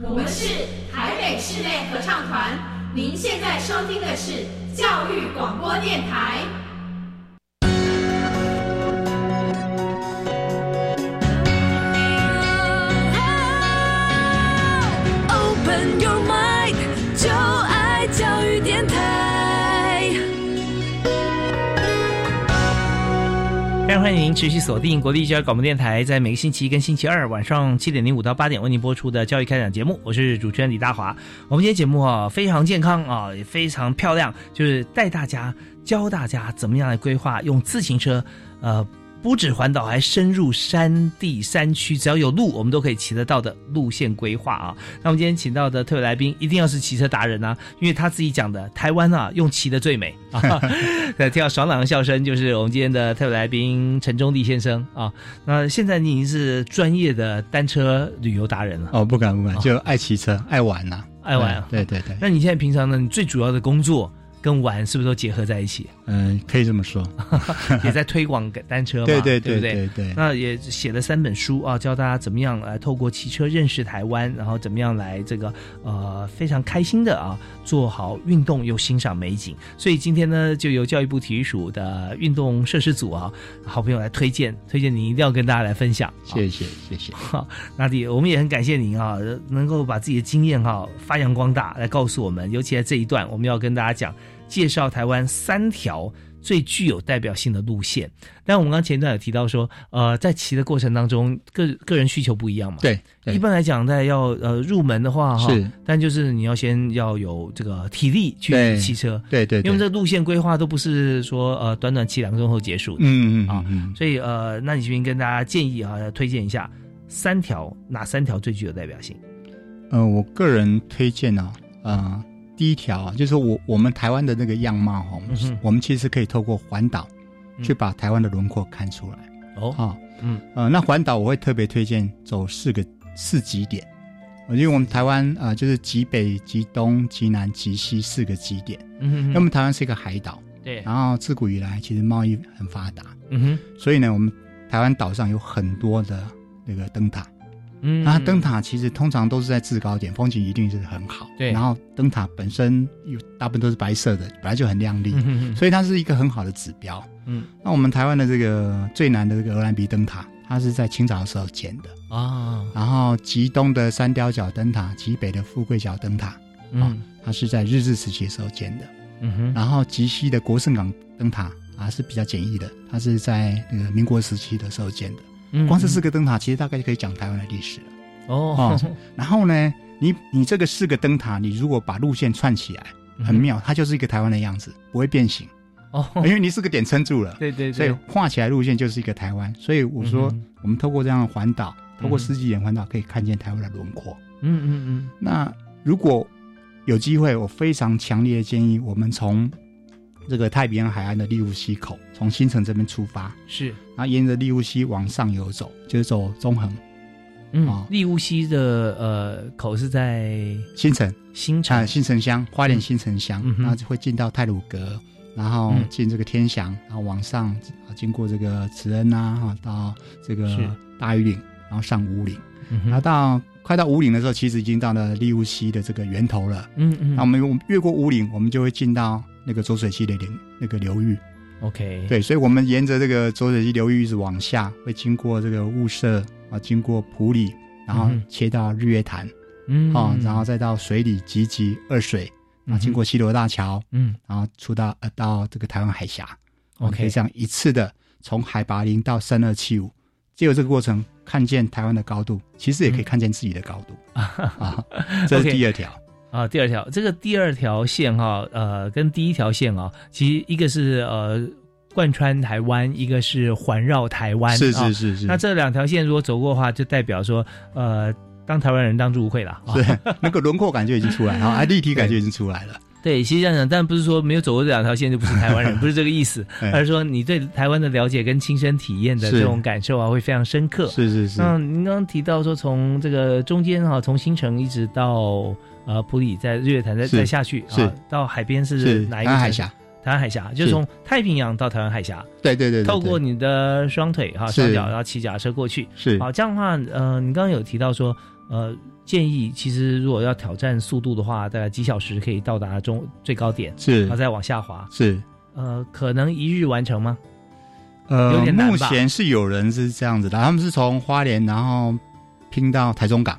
[SPEAKER 8] 我们是台北室内合唱团，您现在收听的是教育广播电台。Open your mind，就爱教育电台。
[SPEAKER 1] 非常欢迎您持续锁定国立教育广播电台，在每个星期一跟星期二晚上七点零五到八点为您播出的教育开讲节目，我是主持人李大华。我们今天节目啊非常健康啊，也非常漂亮，就是带大家教大家怎么样来规划用自行车，呃。不止环岛，还深入山地山区，只要有路，我们都可以骑得到的路线规划啊。那我们今天请到的特别来宾，一定要是骑车达人啊，因为他自己讲的，台湾啊，用骑的最美啊。 对，听到爽朗的笑声，就是我们今天的特别来宾陈忠立先生啊。那现在你已经是专业的单车旅游达人了，
[SPEAKER 2] 哦，不敢不敢
[SPEAKER 1] 哦，
[SPEAKER 2] 就爱骑车，爱玩呐、哎
[SPEAKER 1] 爱玩啊
[SPEAKER 2] 对对对，
[SPEAKER 1] 那你现在平常呢，你最主要的工作跟玩是不是都结合在一起？
[SPEAKER 2] 嗯、可以这么说。
[SPEAKER 1] 也在推广单车嘛？
[SPEAKER 2] 对
[SPEAKER 1] 对
[SPEAKER 2] 对
[SPEAKER 1] 不
[SPEAKER 2] 对对。
[SPEAKER 1] 那也写了三本书啊，教大家怎么样来透过骑车认识台湾，然后怎么样来这个呃非常开心的啊做好运动又欣赏美景。所以今天呢，就由教育部体育署的运动设施组啊，好朋友来推荐，推荐你一定要跟大家来分享。啊
[SPEAKER 2] 谢谢谢谢，
[SPEAKER 1] 那里我们也很感谢您啊，能够把自己的经验哈、啊发扬光大，来告诉我们。尤其在这一段，我们要跟大家讲介绍台湾三条最具有代表性的路线。但我们刚前一段有提到说，呃，在骑的过程当中，个个人需求不一样嘛。。
[SPEAKER 2] 对，对
[SPEAKER 1] 一般来讲，在要呃入门的话哈，
[SPEAKER 2] 是，
[SPEAKER 1] 但就是你要先要有这个体力去
[SPEAKER 2] 对
[SPEAKER 1] 骑车，
[SPEAKER 2] 对对
[SPEAKER 1] 因
[SPEAKER 2] 对
[SPEAKER 1] 为，这路线规划都不是说呃短短骑两个钟头结束的。
[SPEAKER 2] 嗯嗯
[SPEAKER 1] 啊
[SPEAKER 2] 嗯嗯，
[SPEAKER 1] 所以呃，那你这边跟大家建议啊，推荐一下三条哪三条最具有代表性？
[SPEAKER 2] 呃，我个人推荐啊，呃，第一条啊，就是我我们台湾的那个样貌哈、
[SPEAKER 1] 嗯哼
[SPEAKER 2] 我们其实可以透过环岛
[SPEAKER 1] 嗯
[SPEAKER 2] 去把台湾的轮廓看出来
[SPEAKER 1] 哦
[SPEAKER 2] 啊、
[SPEAKER 1] 嗯，
[SPEAKER 2] 呃，那环岛我会特别推荐走四个四极点，呃因为我们台湾啊、呃就是极北、极东、极南、极西四个极点。
[SPEAKER 1] 嗯
[SPEAKER 2] 那么台湾是一个海岛，
[SPEAKER 1] 对，
[SPEAKER 2] 然后自古以来其实贸易很发达，
[SPEAKER 1] 嗯哼，
[SPEAKER 2] 所以呢，我们台湾岛上有很多的那个灯塔。
[SPEAKER 1] 嗯
[SPEAKER 2] 那灯，塔其实通常都是在制高点，风景一定是很好。
[SPEAKER 1] 对
[SPEAKER 2] 然后灯塔本身有大部分都是白色的，本来就很亮丽，
[SPEAKER 1] 嗯哼哼，
[SPEAKER 2] 所以它是一个很好的指标。
[SPEAKER 1] 嗯
[SPEAKER 2] 那我们台湾的这个最南的这个鹅銮鼻灯塔，它是在清朝的时候建的。
[SPEAKER 1] 啊，
[SPEAKER 2] 然后极东的三貂角灯塔，极北的富贵角灯塔，
[SPEAKER 1] 嗯
[SPEAKER 2] 它是在日治时期的时候建的。
[SPEAKER 1] 嗯哼，
[SPEAKER 2] 然后极西的国盛港灯塔啊是比较简易的，它是在那个民国时期的时候建的。
[SPEAKER 1] 嗯
[SPEAKER 2] 光是四个啊灯塔，其实大概就可以讲台湾的历史了。
[SPEAKER 1] 哦，
[SPEAKER 2] 然后呢，你你这个四个灯塔，你如果把路线串起来，很妙，它就是一个台湾的样子，不会变形。
[SPEAKER 1] 嗯哦，
[SPEAKER 2] 因为你是个点撑住了，
[SPEAKER 1] 对对对，
[SPEAKER 2] 哎所以画起来路线就是一个台湾。所以我说，
[SPEAKER 1] 嗯
[SPEAKER 2] 我们透过这样的环岛，透
[SPEAKER 1] 嗯
[SPEAKER 2] 过
[SPEAKER 1] 哼
[SPEAKER 2] 世纪眼环岛，可以看见台湾的轮廓。
[SPEAKER 1] 嗯嗯
[SPEAKER 2] 那如果有机会，我非常强烈的建议，我们从这个太平洋海岸的利物溪口，从新城这边出发，
[SPEAKER 1] 嗯，是，
[SPEAKER 2] 然后沿着利物溪往上游走，就是走中横
[SPEAKER 1] 嗯
[SPEAKER 2] 哦，
[SPEAKER 1] 利物溪的呃口是在
[SPEAKER 2] 新城
[SPEAKER 1] 新
[SPEAKER 2] 啊、
[SPEAKER 1] 城，
[SPEAKER 2] 新城乡花莲新城乡，
[SPEAKER 1] 嗯哼
[SPEAKER 2] 然后就会进到泰鲁阁，然后
[SPEAKER 1] 嗯
[SPEAKER 2] 进这个天祥，然后往上啊经过这个慈恩啊，哈到这个
[SPEAKER 1] 是
[SPEAKER 2] 大庾岭，然后上五岭，
[SPEAKER 1] 嗯
[SPEAKER 2] 然后
[SPEAKER 1] 哼
[SPEAKER 2] 到快到五岭的时候，其实已经到了利物溪的这个源头了。
[SPEAKER 1] 嗯嗯，
[SPEAKER 2] 那我们我们越过五岭，我们就会进到那个浊水溪的流那个流域。
[SPEAKER 1] OK，，
[SPEAKER 2] 对，所以我们沿着这个浊水溪流域一直往下，会经过这个雾社啊，经过普里，然后
[SPEAKER 1] 嗯哼
[SPEAKER 2] 切到日月潭
[SPEAKER 1] 嗯
[SPEAKER 2] 啊、然后再到水里集集二水，
[SPEAKER 1] 嗯
[SPEAKER 2] 啊，经过西罗大桥，
[SPEAKER 1] 嗯
[SPEAKER 2] 然后出到呃到这个台湾海峡。我们可
[SPEAKER 1] ，OK，
[SPEAKER 2] 以这样一次的从海拔零到三二七五，借由这个过程看见台湾的高度，其实也可以
[SPEAKER 1] 嗯
[SPEAKER 2] 看见自己的高度、
[SPEAKER 1] 样
[SPEAKER 2] 啊。这是
[SPEAKER 1] OK
[SPEAKER 2] 第二条。
[SPEAKER 1] 啊，第二条，这个第二条线哈、呃，跟第一条线啊、其实一个是呃贯穿台湾，一个是环绕台湾，
[SPEAKER 2] 是
[SPEAKER 1] 啊
[SPEAKER 2] 是是是，
[SPEAKER 1] 那这两条线如果走过的话，就代表说，呃，当台湾人当之无愧啦。 啊
[SPEAKER 2] 是那个轮廓感就已经出来了， 啊，立体感就已经出来了。
[SPEAKER 1] 对，其实这样讲，但不是说没有走过这两条线就不是台 湾人，不是这个意思，
[SPEAKER 2] 哎
[SPEAKER 1] 而是说你对台湾的了解跟亲身体验的这
[SPEAKER 2] 是
[SPEAKER 1] 种感受啊，会非常深刻。
[SPEAKER 2] 是是是，
[SPEAKER 1] 那您刚刚提到说，从这个中间哈、从新城一直到呃普里，在日月潭再
[SPEAKER 2] 是
[SPEAKER 1] 再下去
[SPEAKER 2] 是
[SPEAKER 1] 啊，到海边是
[SPEAKER 2] 是
[SPEAKER 1] 哪
[SPEAKER 2] 台
[SPEAKER 1] 一个
[SPEAKER 2] 湾海
[SPEAKER 1] 城市？
[SPEAKER 2] 峡。
[SPEAKER 1] 台湾海峡，就是
[SPEAKER 2] 是
[SPEAKER 1] 从太平洋到台湾海峡，
[SPEAKER 2] 对对对对对，
[SPEAKER 1] 透过你的双腿哈、
[SPEAKER 2] 是
[SPEAKER 1] 双脚，然后骑脚踏车过去。
[SPEAKER 2] 是
[SPEAKER 1] 好，这样的话，呃，你刚刚有提到说，呃，建议其实如果要挑战速度的话，大概几小时可以到达中最高点，
[SPEAKER 2] 是
[SPEAKER 1] 然后再往下滑。
[SPEAKER 2] 是
[SPEAKER 1] 呃，可能一日完成吗？有
[SPEAKER 2] 呃，
[SPEAKER 1] 点难
[SPEAKER 2] 目
[SPEAKER 1] 吧
[SPEAKER 2] 前是有人是这样子的，他们是从花莲然后拼到台中港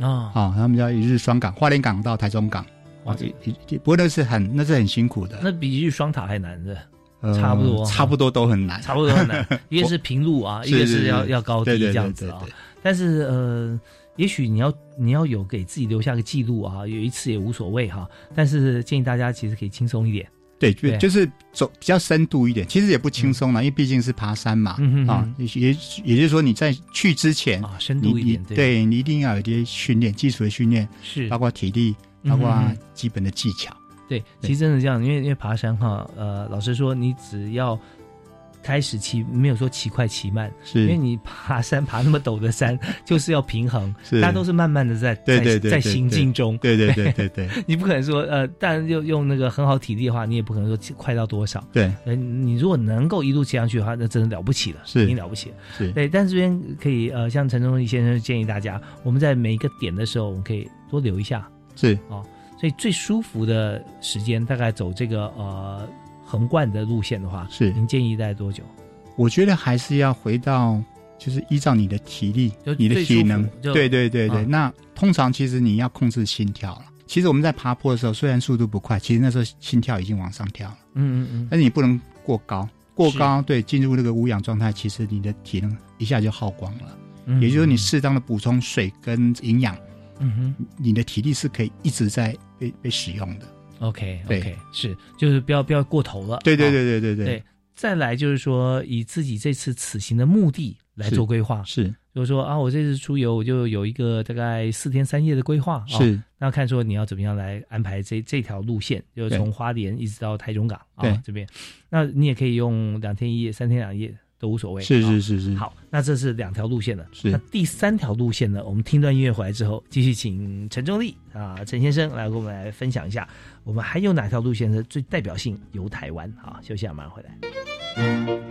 [SPEAKER 1] 啊、
[SPEAKER 2] 啊、他们叫一日双港，花莲港到台中港
[SPEAKER 1] 哇
[SPEAKER 2] 啊，一一一不过那是很那是很辛苦的，
[SPEAKER 1] 那比一日双塔还难的。
[SPEAKER 2] 呃
[SPEAKER 1] 差不多哦
[SPEAKER 2] 差不多都很难，
[SPEAKER 1] 差不多 很难，一个是平路啊，一
[SPEAKER 2] 是是
[SPEAKER 1] 个是
[SPEAKER 2] 是
[SPEAKER 1] 要要高低
[SPEAKER 2] 对对
[SPEAKER 1] 这
[SPEAKER 2] 对
[SPEAKER 1] 样子啊
[SPEAKER 2] 对对。
[SPEAKER 1] 但是呃，也许你要你要有给自己留下个记录啊，有一次也无所谓哈。但是建议大家其实可以轻松一点，
[SPEAKER 2] 对，就
[SPEAKER 1] 对
[SPEAKER 2] 就是走比较深度一点，其实也不轻松啦，因为毕竟是爬山嘛，
[SPEAKER 1] 嗯哼哼
[SPEAKER 2] 啊，也也也就是说你在去之前，
[SPEAKER 1] 啊，深
[SPEAKER 2] 你
[SPEAKER 1] 度一
[SPEAKER 2] 你
[SPEAKER 1] 点，
[SPEAKER 2] 对你一定要有一些训练，基础的训练，
[SPEAKER 1] 是
[SPEAKER 2] 包括体力，
[SPEAKER 1] 嗯
[SPEAKER 2] 包括
[SPEAKER 1] 嗯
[SPEAKER 2] 基本的技巧，
[SPEAKER 1] 对，
[SPEAKER 2] 对
[SPEAKER 1] 其实真的这样，因为因为爬山哈，呃，老实说，你只要开始骑，没有说骑快骑慢，因为
[SPEAKER 2] 是
[SPEAKER 1] 你爬山爬那么陡的山， 就是要平衡，
[SPEAKER 2] 是
[SPEAKER 1] 大家都是慢慢的在
[SPEAKER 2] 对对对
[SPEAKER 1] 在在
[SPEAKER 2] 对对
[SPEAKER 1] 行进中，
[SPEAKER 2] 对对 对对对
[SPEAKER 1] 你不可能说呃，但又用那个很好体力的话，你也不可能说骑快到多少。
[SPEAKER 2] 对，
[SPEAKER 1] 呃，你如果能够一路骑上去的话，那真的了不起了，
[SPEAKER 2] 是
[SPEAKER 1] 你了不起了。
[SPEAKER 2] 是
[SPEAKER 1] 对，但是这边可以呃，像陈忠义先生建议大家，我们在每一个点的时候，我们可以多留一下。
[SPEAKER 2] 是
[SPEAKER 1] 所以最舒服的时间，大概走这个呃横贯的路线的话，
[SPEAKER 2] 是
[SPEAKER 1] 您建议大概多久？
[SPEAKER 2] 我觉得还是要回到，就是依照你的体力
[SPEAKER 1] 就、
[SPEAKER 2] 你的体能
[SPEAKER 1] 最舒服，就
[SPEAKER 2] 对对对对。
[SPEAKER 1] 啊
[SPEAKER 2] 那通常其实你要控制心跳了。其实我们在爬坡的时候，虽然速度不快，其实那时候心跳已经往上跳了，
[SPEAKER 1] 嗯嗯嗯，
[SPEAKER 2] 但是你不能过高，过高对进入那个无氧状态，其实你的体能一下就耗光了。
[SPEAKER 1] 嗯
[SPEAKER 2] 也就是说，你，适当的补充水跟营养，
[SPEAKER 1] 嗯
[SPEAKER 2] 你的体力是可以一直在被被使用的。
[SPEAKER 1] 哼，OK
[SPEAKER 2] 对
[SPEAKER 1] OK，是，就是不要不要过头了。
[SPEAKER 2] 对对
[SPEAKER 1] 啊
[SPEAKER 2] 对对对
[SPEAKER 1] 对，再来就是说，以自己这次此行的目的来
[SPEAKER 2] 是
[SPEAKER 1] 做规划，
[SPEAKER 2] 是
[SPEAKER 1] 就是说啊，我这次出游我就有一个大概四天三夜的规划，啊、
[SPEAKER 2] 是
[SPEAKER 1] 那看说你要怎么样来安排这这条路线，就是
[SPEAKER 2] 对
[SPEAKER 1] 从花莲一直到台中港啊
[SPEAKER 2] 对
[SPEAKER 1] 这边，那你也可以用两天一夜、三天两夜都无所谓，
[SPEAKER 2] 是
[SPEAKER 1] 啊
[SPEAKER 2] 是是是，
[SPEAKER 1] 好，那这是两条路线了。
[SPEAKER 2] 是
[SPEAKER 1] 那第三条路线呢？我们听段音乐回来之后，继续请陈忠立啊、陈先生来跟我们来分享一下，我们还有哪条路线是最代表性游台湾啊？休息一下，马上回来。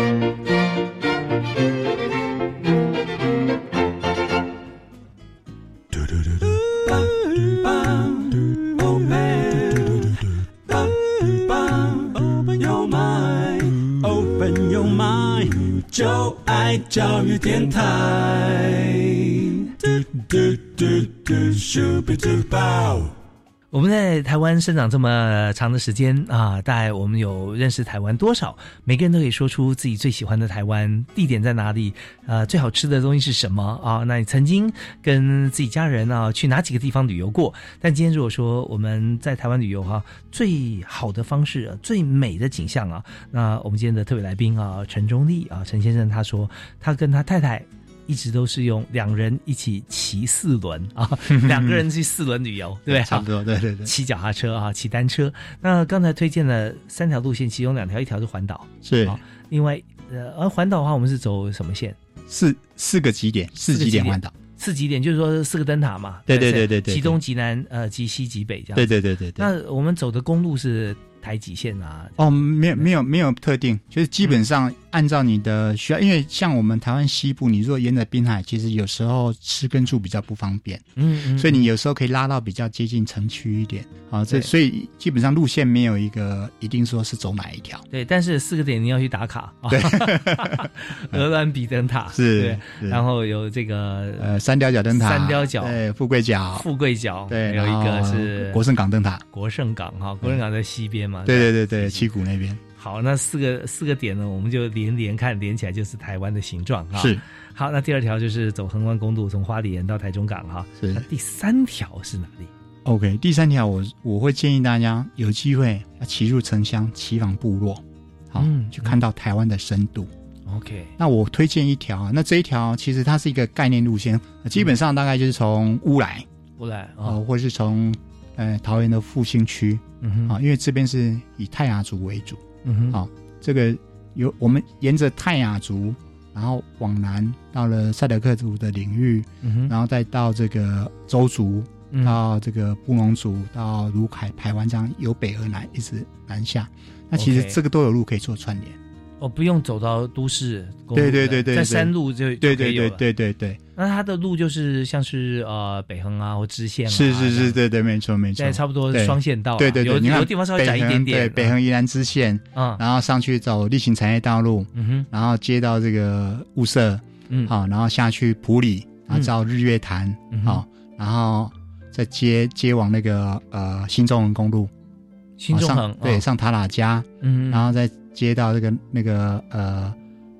[SPEAKER 2] 是
[SPEAKER 3] 爱教育电台。嘟嘟嘟嘟，Super Duper。
[SPEAKER 1] 我们在台湾生长这么长的时间啊，大概我们有认识台湾多少？每个人都可以说出自己最喜欢的台湾地点在哪里，呃，最好吃的东西是什么啊？那你曾经跟自己家人啊去哪几个地方旅游过？但今天如果说我们在台湾旅游哈、最好的方式、最美的景象啊，那我们今天的特别来宾啊，陈忠立啊，陈先生他说，他跟他太太。一直都是用两人一起骑四轮啊，两个人去四轮旅游，对不对？
[SPEAKER 2] 差不多，对对对，
[SPEAKER 1] 骑脚踏车啊，骑单车。那刚才推荐了三条路线，其中两条，一条是环岛，
[SPEAKER 2] 是
[SPEAKER 1] 好另外呃，而环岛的话，我们是走什么线？
[SPEAKER 2] 四四个极点，四
[SPEAKER 1] 个极
[SPEAKER 2] 极点
[SPEAKER 1] 点
[SPEAKER 2] 环岛，
[SPEAKER 1] 四极点就是说四个灯塔嘛，
[SPEAKER 2] 对对
[SPEAKER 1] 不
[SPEAKER 2] 对对对
[SPEAKER 1] 极东、极南、呃，极西、极北这样。
[SPEAKER 2] 对对对对对。
[SPEAKER 1] 那我们走的公路是台几线啊？
[SPEAKER 2] 哦，没有没有没有特定，就是基本上按照你的需要，因为像我们台湾西部，你如果沿着滨海，其实有时候吃跟住比较不方便，
[SPEAKER 1] 嗯嗯，
[SPEAKER 2] 所以你有时候可以拉到比较接近城区一点啊。这
[SPEAKER 1] 对
[SPEAKER 2] 所以基本上路线没有一个一定说是走哪一条，
[SPEAKER 1] 对，但是四个点你要去打卡啊，鹅銮鼻灯塔
[SPEAKER 2] 是，
[SPEAKER 1] 对，
[SPEAKER 2] 是
[SPEAKER 1] 然后有这个
[SPEAKER 2] 呃三貂角灯塔、
[SPEAKER 1] 三貂角
[SPEAKER 2] 对富贵角、
[SPEAKER 1] 富贵角，
[SPEAKER 2] 对，
[SPEAKER 1] 哦还有
[SPEAKER 2] 然
[SPEAKER 1] 一个
[SPEAKER 2] 后
[SPEAKER 1] 是
[SPEAKER 2] 国盛港灯塔，
[SPEAKER 1] 国盛港哈，国盛港在西边嘛，
[SPEAKER 2] 对
[SPEAKER 1] 吧
[SPEAKER 2] 对对对，七股那边
[SPEAKER 1] 好，那四个四个点呢，我们就连连看，连起来就是台湾的形状啊。
[SPEAKER 2] 是。
[SPEAKER 1] 好，那第二条就是走横贯公路，从花莲到台中港哈。
[SPEAKER 2] 是
[SPEAKER 1] 那 第三条是哪里？
[SPEAKER 2] OK，第三条我我会建议大家有机会要骑入城乡，骑访部落，好，
[SPEAKER 1] 嗯
[SPEAKER 2] 去看到台湾的深度。
[SPEAKER 1] OK，
[SPEAKER 2] 那我推荐一条啊，那这一条其实它是一个概念路线，呃基本上大概就是从乌来
[SPEAKER 1] 过来
[SPEAKER 2] 啊、
[SPEAKER 1] 嗯哦，
[SPEAKER 2] 或是从呃桃园的复兴区
[SPEAKER 1] 嗯
[SPEAKER 2] 啊、
[SPEAKER 1] 哼，
[SPEAKER 2] 因为这边是以泰雅族为主，
[SPEAKER 1] 嗯哼，
[SPEAKER 2] 好这个有我们沿着泰雅族，然后往南到了赛德克族的领域，
[SPEAKER 1] 嗯
[SPEAKER 2] 然后再到这个周族，
[SPEAKER 1] 哼，
[SPEAKER 2] 到这个布农族，到卢凯、排湾这样由北而南一直南下。那其实
[SPEAKER 1] OK
[SPEAKER 2] 这个都有路可以做串联。
[SPEAKER 1] 哦，不用走到都市公路，呃
[SPEAKER 2] 对对对对
[SPEAKER 1] 在
[SPEAKER 2] 对
[SPEAKER 1] 山路就
[SPEAKER 2] 对
[SPEAKER 1] 就可
[SPEAKER 2] 对
[SPEAKER 1] 以有
[SPEAKER 2] 对
[SPEAKER 1] 了
[SPEAKER 2] 对对对，
[SPEAKER 1] 那它的路就是像是呃北横啊或支线啊，
[SPEAKER 2] 是是是，
[SPEAKER 1] 这
[SPEAKER 2] 对
[SPEAKER 1] 样，
[SPEAKER 2] 对，没错没错
[SPEAKER 1] 现在。差不多
[SPEAKER 2] 对
[SPEAKER 1] 双线道了，啊
[SPEAKER 2] 对对对，
[SPEAKER 1] 有
[SPEAKER 2] 你
[SPEAKER 1] 有
[SPEAKER 2] 看
[SPEAKER 1] 的地方稍微窄一点点，嗯
[SPEAKER 2] 北横对，北横宜兰支线，
[SPEAKER 1] 啊，嗯
[SPEAKER 2] 然后上去走例行产业道路，
[SPEAKER 1] 嗯哼，
[SPEAKER 2] 然后接到这个雾社，
[SPEAKER 1] 嗯，
[SPEAKER 2] 好，然后下去普里，然后到日月潭
[SPEAKER 1] 嗯，哼
[SPEAKER 2] 好，然后再接接往那个呃新中横公路，啊
[SPEAKER 1] 新中
[SPEAKER 2] 上
[SPEAKER 1] 横
[SPEAKER 2] 对，
[SPEAKER 1] 哦
[SPEAKER 2] 上塔拉加，
[SPEAKER 1] 嗯，
[SPEAKER 2] 然后再接到这个那个呃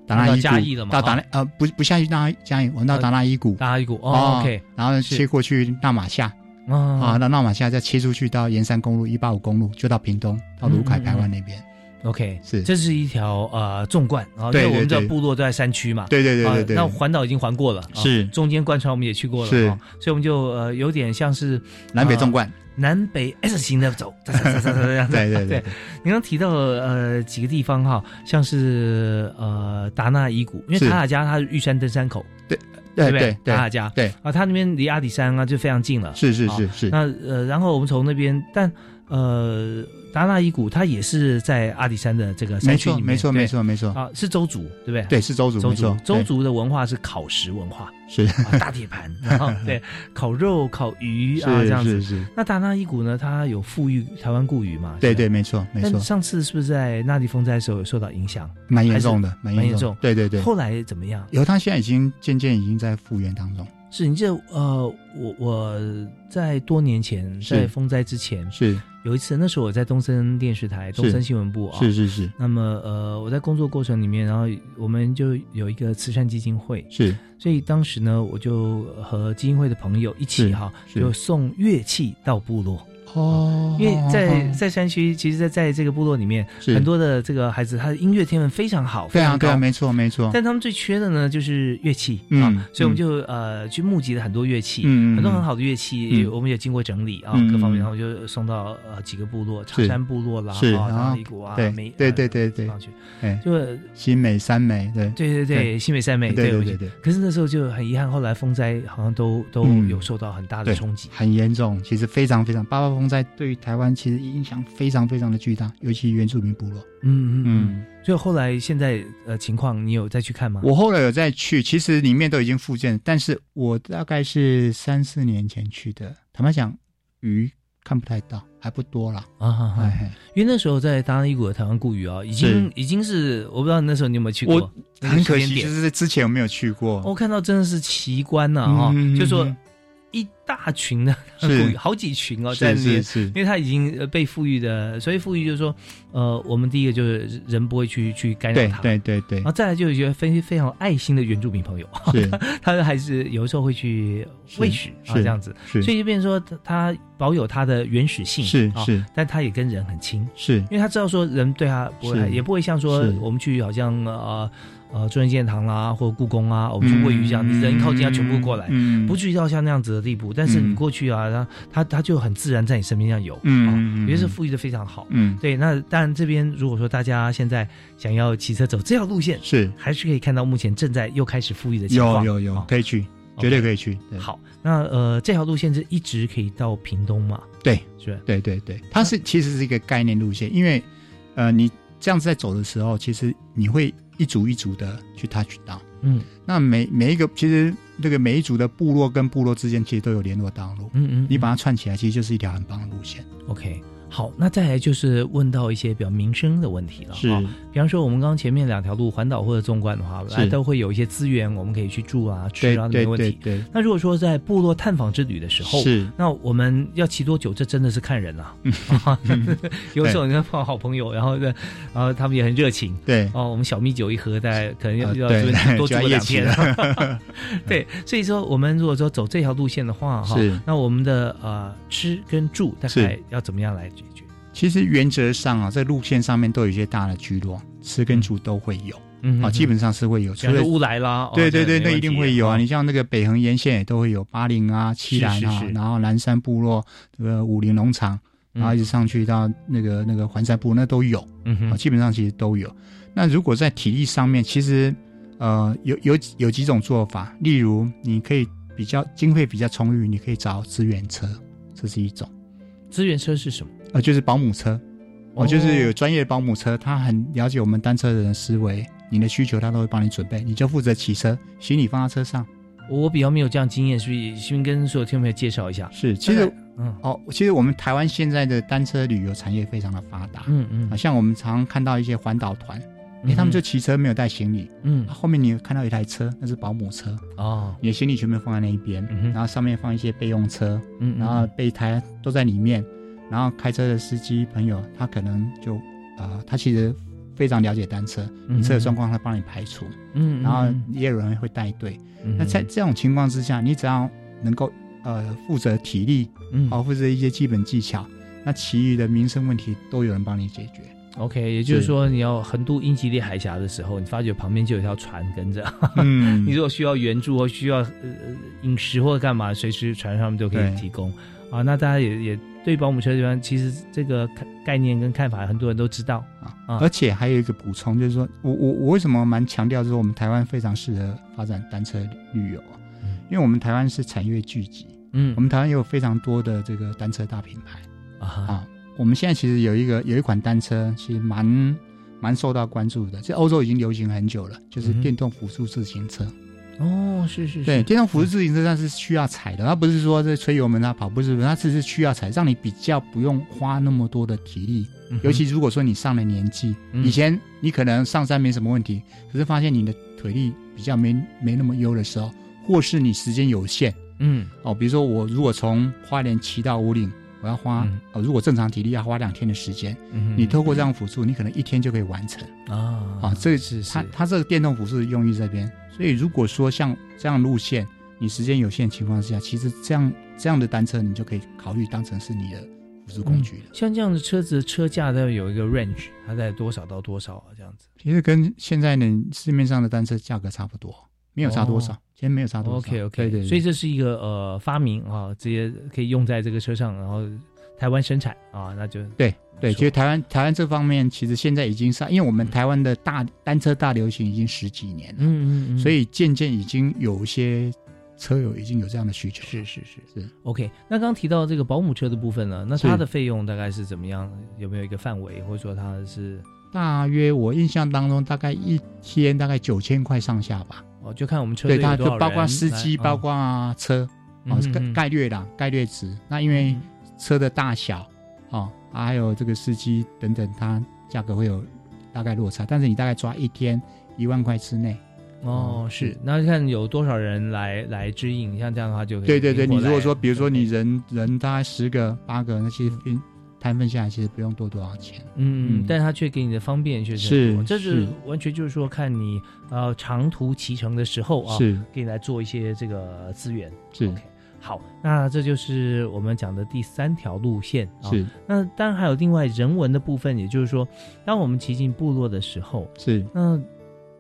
[SPEAKER 2] 达
[SPEAKER 1] 到
[SPEAKER 2] 那伊谷
[SPEAKER 1] 嘉义了嘛
[SPEAKER 2] 到达
[SPEAKER 1] 哦
[SPEAKER 2] 那呃不不下去达那嘉义，我们到达那伊谷，
[SPEAKER 1] 大家一股哦，OK
[SPEAKER 2] 然后
[SPEAKER 1] 是
[SPEAKER 2] 切过去纳马夏
[SPEAKER 1] 啊
[SPEAKER 2] 啊，那纳马夏再切出去到盐山公路一八五公路，就到屏东到卢凯
[SPEAKER 1] 嗯嗯嗯
[SPEAKER 2] 台湾那边，
[SPEAKER 1] OK，
[SPEAKER 2] 是
[SPEAKER 1] 这是一条呃纵贯啊，因
[SPEAKER 2] 对
[SPEAKER 1] 为我
[SPEAKER 2] 对
[SPEAKER 1] 们的
[SPEAKER 2] 对
[SPEAKER 1] 部落都在山区嘛，
[SPEAKER 2] 对对对对对，
[SPEAKER 1] 啊，那环岛已经环过了，啊
[SPEAKER 2] 是
[SPEAKER 1] 中间贯穿我们也去过了，
[SPEAKER 2] 是
[SPEAKER 1] 啊所以我们就呃有点像是啊
[SPEAKER 2] 南北纵贯，
[SPEAKER 1] 南北 S 型的 走，这样子。
[SPEAKER 2] 对对对
[SPEAKER 1] 对，你刚提到呃几个地方哈，像是呃达纳伊谷，因为
[SPEAKER 2] 是
[SPEAKER 1] 塔塔加它是玉山登山口，
[SPEAKER 2] 对
[SPEAKER 1] 不
[SPEAKER 2] 对
[SPEAKER 1] 塔塔
[SPEAKER 2] 对
[SPEAKER 1] 加
[SPEAKER 2] 对，
[SPEAKER 1] 啊，它那边离阿里山啊就非常近了。
[SPEAKER 2] 是是
[SPEAKER 1] 好
[SPEAKER 2] 是是，
[SPEAKER 1] 那呃，然后我们从那边，但呃达纳伊谷它也是在阿里山的这个山
[SPEAKER 2] 没
[SPEAKER 1] 区
[SPEAKER 2] 错
[SPEAKER 1] 里面，
[SPEAKER 2] 没错
[SPEAKER 1] 对
[SPEAKER 2] 没错没错，
[SPEAKER 1] 啊，是周族对不对？
[SPEAKER 2] 对是周族
[SPEAKER 1] 周
[SPEAKER 2] 没
[SPEAKER 1] 族
[SPEAKER 2] 错，，
[SPEAKER 1] 周
[SPEAKER 2] 对
[SPEAKER 1] 族的文化是烤食文 化，
[SPEAKER 2] 是
[SPEAKER 1] 啊、大铁盘，然后 对烤肉、烤鱼
[SPEAKER 2] 是
[SPEAKER 1] 啊这样
[SPEAKER 2] 是
[SPEAKER 1] 子。
[SPEAKER 2] 是，
[SPEAKER 1] 那达那伊谷呢，它有富裕台湾固语嘛？
[SPEAKER 2] 对
[SPEAKER 1] 是吧。
[SPEAKER 2] 对没错没
[SPEAKER 1] 但
[SPEAKER 2] 错，
[SPEAKER 1] 上次是不是在那地风灾的时候有受到影响？
[SPEAKER 2] 蛮严重的蛮
[SPEAKER 1] 蛮
[SPEAKER 2] 严
[SPEAKER 1] 严
[SPEAKER 2] 重
[SPEAKER 1] 重，
[SPEAKER 2] 对对对，
[SPEAKER 1] 后来怎么样？
[SPEAKER 2] 犹他现在已经渐渐已经在复原当中，
[SPEAKER 1] 是你记得呃，我我在多年前，
[SPEAKER 2] 是
[SPEAKER 1] 在风灾之前
[SPEAKER 2] 是
[SPEAKER 1] 有一次，那时候我在东森电视台、东
[SPEAKER 2] 是
[SPEAKER 1] 森新闻部啊、
[SPEAKER 2] 是是是
[SPEAKER 1] 那么呃，我在工作过程里面，然后我们就有一个慈善基金会，
[SPEAKER 2] 是
[SPEAKER 1] 所以当时呢，我就和基金会的朋友一起
[SPEAKER 2] 是
[SPEAKER 1] 哈，
[SPEAKER 2] 是
[SPEAKER 1] 就送乐器到部落，
[SPEAKER 2] 哦，
[SPEAKER 1] 因为在
[SPEAKER 2] 哦
[SPEAKER 1] 在山区，其实在在这个部落里面，
[SPEAKER 2] 是
[SPEAKER 1] 很多的这个孩子他的音乐天分非常好，
[SPEAKER 2] 对啊
[SPEAKER 1] 非
[SPEAKER 2] 对啊
[SPEAKER 1] 常高，
[SPEAKER 2] 没错没错，
[SPEAKER 1] 但他们最缺的呢就是乐器，
[SPEAKER 2] 嗯
[SPEAKER 1] 啊，所以我们
[SPEAKER 2] 嗯
[SPEAKER 1] 就呃去募集了很多乐器，
[SPEAKER 2] 嗯嗯
[SPEAKER 1] 很多
[SPEAKER 2] 嗯
[SPEAKER 1] 很好的乐器，
[SPEAKER 2] 嗯
[SPEAKER 1] 我们也经过整理啊，
[SPEAKER 2] 嗯
[SPEAKER 1] 各方面，
[SPEAKER 2] 嗯
[SPEAKER 1] 然后就送到呃几个部落，茶
[SPEAKER 2] 是
[SPEAKER 1] 山部落啦，
[SPEAKER 2] 是
[SPEAKER 1] 啊，
[SPEAKER 2] 然后
[SPEAKER 1] 大里谷啊，
[SPEAKER 2] 对
[SPEAKER 1] 梅
[SPEAKER 2] 对
[SPEAKER 1] 呃
[SPEAKER 2] 对对对
[SPEAKER 1] 地方去，
[SPEAKER 2] 哎
[SPEAKER 1] 就呃
[SPEAKER 2] 新美三美对
[SPEAKER 1] 对对对，
[SPEAKER 2] 对
[SPEAKER 1] 新美三美，
[SPEAKER 2] 哎对
[SPEAKER 1] 我
[SPEAKER 2] 对
[SPEAKER 1] 们去
[SPEAKER 2] 对对，
[SPEAKER 1] 可是那时候就很遗憾，后来风灾好像都都
[SPEAKER 2] 嗯
[SPEAKER 1] 有受到很大的
[SPEAKER 2] 对
[SPEAKER 1] 冲击。
[SPEAKER 2] 很严重，其实非常非常八八风灾对于台湾其实影响非常非常的巨大，尤其原住民部落。
[SPEAKER 1] 嗯嗯嗯。
[SPEAKER 2] 嗯，
[SPEAKER 1] 所以后来现在呃情况，你有再去看吗？
[SPEAKER 2] 我后来有再去，其实里面都已经复建，但是我大概是三四年前去的。坦白讲，鱼看不太到，还不多啦。
[SPEAKER 1] 啊哈哈
[SPEAKER 2] 哎，嘿
[SPEAKER 1] 因为那时候在大一谷的台湾故语啊，已经已经是我不知道那时候你有没有去过
[SPEAKER 2] 我，
[SPEAKER 1] 那个
[SPEAKER 2] 很可
[SPEAKER 1] 时间
[SPEAKER 2] 惜，
[SPEAKER 1] 点哦
[SPEAKER 2] 就是之前我没有去过。
[SPEAKER 1] 我看到真的是奇观呐哈
[SPEAKER 2] 嗯嗯嗯，嗯
[SPEAKER 1] 就说一大群的古
[SPEAKER 2] 是
[SPEAKER 1] 语，好几群哦，在
[SPEAKER 2] 是
[SPEAKER 1] 那边
[SPEAKER 2] 是。是
[SPEAKER 1] 因，为它已经呃被富裕的，所以富裕就是说，呃，我们第一个就是人不会去去干扰
[SPEAKER 2] 对
[SPEAKER 1] 它，
[SPEAKER 2] 对对对
[SPEAKER 1] 然后，再来就是觉得非非常有爱心的原住民朋友，
[SPEAKER 2] 是
[SPEAKER 1] 他还是有时候会去喂食啊
[SPEAKER 2] 是
[SPEAKER 1] 这样子，
[SPEAKER 2] 是
[SPEAKER 1] 所以就变成说它它保有它的原始性，
[SPEAKER 2] 是
[SPEAKER 1] 啊，
[SPEAKER 2] 是
[SPEAKER 1] 但它也跟人很亲，
[SPEAKER 2] 是
[SPEAKER 1] 因为他知道说人对他不会，
[SPEAKER 2] 是
[SPEAKER 1] 也不会像说
[SPEAKER 2] 是
[SPEAKER 1] 我们去好像呃呃中正纪念堂啦或者故宫啊，我们去喂鱼这样，你人靠近他啊全部过来，
[SPEAKER 2] 嗯
[SPEAKER 1] 不至于到像那样子的地步。但是你
[SPEAKER 2] 嗯
[SPEAKER 1] 过去啊，然后他他就很自然在你身边这样游，
[SPEAKER 2] 嗯
[SPEAKER 1] 啊
[SPEAKER 2] 嗯嗯
[SPEAKER 1] 我觉得是富裕的非常好。
[SPEAKER 2] 嗯
[SPEAKER 1] 对，那当然这边如果说大家现在想要骑车走这条路线，
[SPEAKER 2] 是
[SPEAKER 1] 还是可以看到目前正在又开始富裕的情
[SPEAKER 2] 有
[SPEAKER 1] 况。
[SPEAKER 2] 有有
[SPEAKER 1] 啊
[SPEAKER 2] 可以去，绝对
[SPEAKER 1] OK
[SPEAKER 2] 可以去。对
[SPEAKER 1] 好，那呃这条路线是一直可以到屏东嘛？
[SPEAKER 2] 对，
[SPEAKER 1] 是吧
[SPEAKER 2] 对对对，它是其实是一个概念路线，因为呃，你这样子在走的时候，其实你会一组一组的去 touch 到。
[SPEAKER 1] 嗯
[SPEAKER 2] 那每每一个其实这个每一组的部落跟部落之间其实都有联络道路，
[SPEAKER 1] 嗯嗯，
[SPEAKER 2] 你把它串起来，其实就是一条很棒的路线。
[SPEAKER 1] OK，好，那再来就是问到一些比较民生的问题了。哦比方说我们刚刚前面两条路，环岛或者纵贯的话，
[SPEAKER 2] 是
[SPEAKER 1] 来都会有一些资源，我们可以去住啊、吃
[SPEAKER 2] 对
[SPEAKER 1] 啊，没
[SPEAKER 2] 对
[SPEAKER 1] 问
[SPEAKER 2] 对
[SPEAKER 1] 题。
[SPEAKER 2] 对，
[SPEAKER 1] 那如果说在部落探访之旅的时候，
[SPEAKER 2] 是
[SPEAKER 1] 那我们要骑多久？这真的是看人啊。有时候你看碰到好朋友，然后呢，然后他们也很热情。
[SPEAKER 2] 对，
[SPEAKER 1] 哦，我们小米酒一喝，大概可能要
[SPEAKER 2] 呃
[SPEAKER 1] 要
[SPEAKER 2] 对就
[SPEAKER 1] 多住
[SPEAKER 2] 要
[SPEAKER 1] 两
[SPEAKER 2] 夜骑
[SPEAKER 1] 天。 对，所以说我们如果说走这条路线的话，哈
[SPEAKER 2] 是，
[SPEAKER 1] 那我们的呃吃跟住大概
[SPEAKER 2] 是
[SPEAKER 1] 要怎么样来解决？
[SPEAKER 2] 其实原则上啊，在路线上面都有一些大的聚落，吃跟住都会有
[SPEAKER 1] 嗯
[SPEAKER 2] 啊，基本上是会有，除
[SPEAKER 1] 除了
[SPEAKER 2] 了
[SPEAKER 1] 乌来啦，哦
[SPEAKER 2] 对对对，那一定会有啊！。
[SPEAKER 1] 没问
[SPEAKER 2] 你
[SPEAKER 1] 题
[SPEAKER 2] 像那个北横沿线也都会有巴陵啊、七兰啊，
[SPEAKER 1] 是是
[SPEAKER 2] 然后南山部落、这个武林农场，然后一直上去到那个那个环山部落，那都有
[SPEAKER 1] 嗯
[SPEAKER 2] 啊、
[SPEAKER 1] 哼，
[SPEAKER 2] 基本上其实都有。那如果在体力上面，其实呃有有有几种做法，例如你可以比较经费比较充裕，你可以找资源车，这是一种，
[SPEAKER 1] 资源车是什么？
[SPEAKER 2] 呃，就是保姆车。哦，就是有
[SPEAKER 1] 哦
[SPEAKER 2] 专业的保姆车，他很了解我们单车人的思维，你的需求他都会帮你准备，你就负责骑车，行李放在车上。
[SPEAKER 1] 我比较没有这样经验，所以先跟所有听众朋友介绍一下。
[SPEAKER 2] 是，其实
[SPEAKER 1] 嗯
[SPEAKER 2] 哦，其实我们台湾现在的单车旅游产业非常的发达，
[SPEAKER 1] 嗯嗯
[SPEAKER 2] 啊，像我们常看到一些环岛团，诶，他们就骑车没有带行李，
[SPEAKER 1] 嗯
[SPEAKER 2] 啊后面你有看到一台车，那是保姆车，
[SPEAKER 1] 哦
[SPEAKER 2] 你的行李全部放在那一边，
[SPEAKER 1] 嗯哼
[SPEAKER 2] 然后上面放一些备用车，
[SPEAKER 1] 嗯，嗯
[SPEAKER 2] 然后备胎都在里面，然后开车的司机朋友他可能就啊、他其实非常了解单车，你车的状况他帮你排除，
[SPEAKER 1] 嗯嗯，嗯
[SPEAKER 2] 然后也有人会带队，
[SPEAKER 1] 嗯
[SPEAKER 2] 那在这种情况之下，你只要能够呃负责体力。
[SPEAKER 1] 嗯
[SPEAKER 2] 好，或者一些基本技巧，那其余的民生问题都有人帮你解 决。
[SPEAKER 1] OK，也就是
[SPEAKER 2] 是
[SPEAKER 1] 说你要横渡英吉利海峡的时候，你发觉旁边就有一条船跟着，
[SPEAKER 2] 嗯
[SPEAKER 1] 你如果需要援助或需要呃呃饮食或干嘛，随时船上面都可以
[SPEAKER 2] 对
[SPEAKER 1] 提供啊。那大家也也对保姆车这边，其实这个看概念跟看法，很多人都知道。
[SPEAKER 2] 啊
[SPEAKER 1] 啊，
[SPEAKER 2] 而且还有一个补充，就是说我我我为什么蛮强调，就是我们台湾非常适合发展单车旅游啊，
[SPEAKER 1] 嗯
[SPEAKER 2] 因为我们台湾是产业聚集，
[SPEAKER 1] 嗯
[SPEAKER 2] 我们台湾也有非常多的这个单车大品牌
[SPEAKER 1] 啊哈
[SPEAKER 2] 啊。我们现在其实有一个有一款单车，其实蛮蛮受到关注的，在欧洲已经流行很久了，就是
[SPEAKER 1] 嗯哼
[SPEAKER 2] 电动辅助自行车。
[SPEAKER 1] 哦，是是是，
[SPEAKER 2] 对，电动辅助自行车它是需要踩的，它不是说这吹油门啊跑步是不是，它只是需要踩，让你比较不用花那么多的体力。
[SPEAKER 1] 嗯哼
[SPEAKER 2] 尤其如果说你上了年纪，
[SPEAKER 1] 嗯
[SPEAKER 2] 以前你可能上山没什么问题，可是发现你的腿力比较没没那么优的时候，或是你时间有限
[SPEAKER 1] 嗯
[SPEAKER 2] 哦，比如说我如果从花莲骑到五岭，我要花、
[SPEAKER 1] 嗯
[SPEAKER 2] 哦，如果正常体力要花两天的时间，
[SPEAKER 1] 嗯
[SPEAKER 2] 你透过这样辅助，你可能一天就可以完成。
[SPEAKER 1] 啊
[SPEAKER 2] 啊，这
[SPEAKER 1] 是是
[SPEAKER 2] 它它这个电动辅助用于这边，所以如果说像这样路线，你时间有限的情况下，其实这样这样的单车你就可以考虑当成是你的辅助工具了。
[SPEAKER 1] 像这样的车子车价都有一个 range，它在多少到多少啊？这样子。
[SPEAKER 2] 其实跟现在的市面上的单车价格差不多，没有差多少，
[SPEAKER 1] 哦
[SPEAKER 2] 其实没有差多少。
[SPEAKER 1] OK OK，
[SPEAKER 2] 对对对
[SPEAKER 1] 所以这是一个呃发明啊，直接可以用在这个车上，然后台湾生产啊，那就
[SPEAKER 2] 对对，
[SPEAKER 1] 说
[SPEAKER 2] 其实台湾台湾这方面其实现在已经上，因为我
[SPEAKER 1] 嗯
[SPEAKER 2] 们台湾的大单车大流行已经十几年了，
[SPEAKER 1] 嗯嗯嗯，
[SPEAKER 2] 所以渐渐已经有一些车友已经有这样的需求了。
[SPEAKER 1] 是是是
[SPEAKER 2] 是
[SPEAKER 1] OK。那刚刚提到这个保姆车的部分呢，那它
[SPEAKER 2] 是
[SPEAKER 1] 的费用大概是怎么样？有没有一个范围，或者说它是
[SPEAKER 2] 大约我印象当中，大概一天大概九千块上下吧。
[SPEAKER 1] 哦，就看我们车
[SPEAKER 2] 对，
[SPEAKER 1] 队
[SPEAKER 2] 它
[SPEAKER 1] 有多
[SPEAKER 2] 就
[SPEAKER 1] 少人
[SPEAKER 2] 包括司
[SPEAKER 1] 来
[SPEAKER 2] 机，
[SPEAKER 1] 嗯
[SPEAKER 2] 包括车，
[SPEAKER 1] 嗯
[SPEAKER 2] 啊
[SPEAKER 1] 嗯，
[SPEAKER 2] 概
[SPEAKER 1] 嗯
[SPEAKER 2] 概率啦，概率值。那因为
[SPEAKER 1] 嗯
[SPEAKER 2] 车的大小哦，啊还有这个司机等等，它价格会有大概落差，但是你大概抓一天一万块之内。嗯
[SPEAKER 1] 哦，是，那看有多少人来来指引，像这样的话就可以
[SPEAKER 2] 对对对，你
[SPEAKER 1] 灵活
[SPEAKER 2] 如果
[SPEAKER 1] 来
[SPEAKER 2] 说比如说你人人大概十个八个，那其实分摊分下来其实不用多多少钱。
[SPEAKER 1] 嗯，
[SPEAKER 2] 嗯
[SPEAKER 1] 但是它却给你的方便却很
[SPEAKER 2] 是
[SPEAKER 1] 多这是
[SPEAKER 2] 是
[SPEAKER 1] 完全就是说看你呃长途骑乘的时候啊，
[SPEAKER 2] 是
[SPEAKER 1] 给你来做一些这个资源。
[SPEAKER 2] 是
[SPEAKER 1] OK，好，那这就是我们讲的第三条路线啊。
[SPEAKER 2] 是
[SPEAKER 1] 那当然还有另外人文的部分，也就是说，当我们骑进部落的时候，
[SPEAKER 2] 是
[SPEAKER 1] 那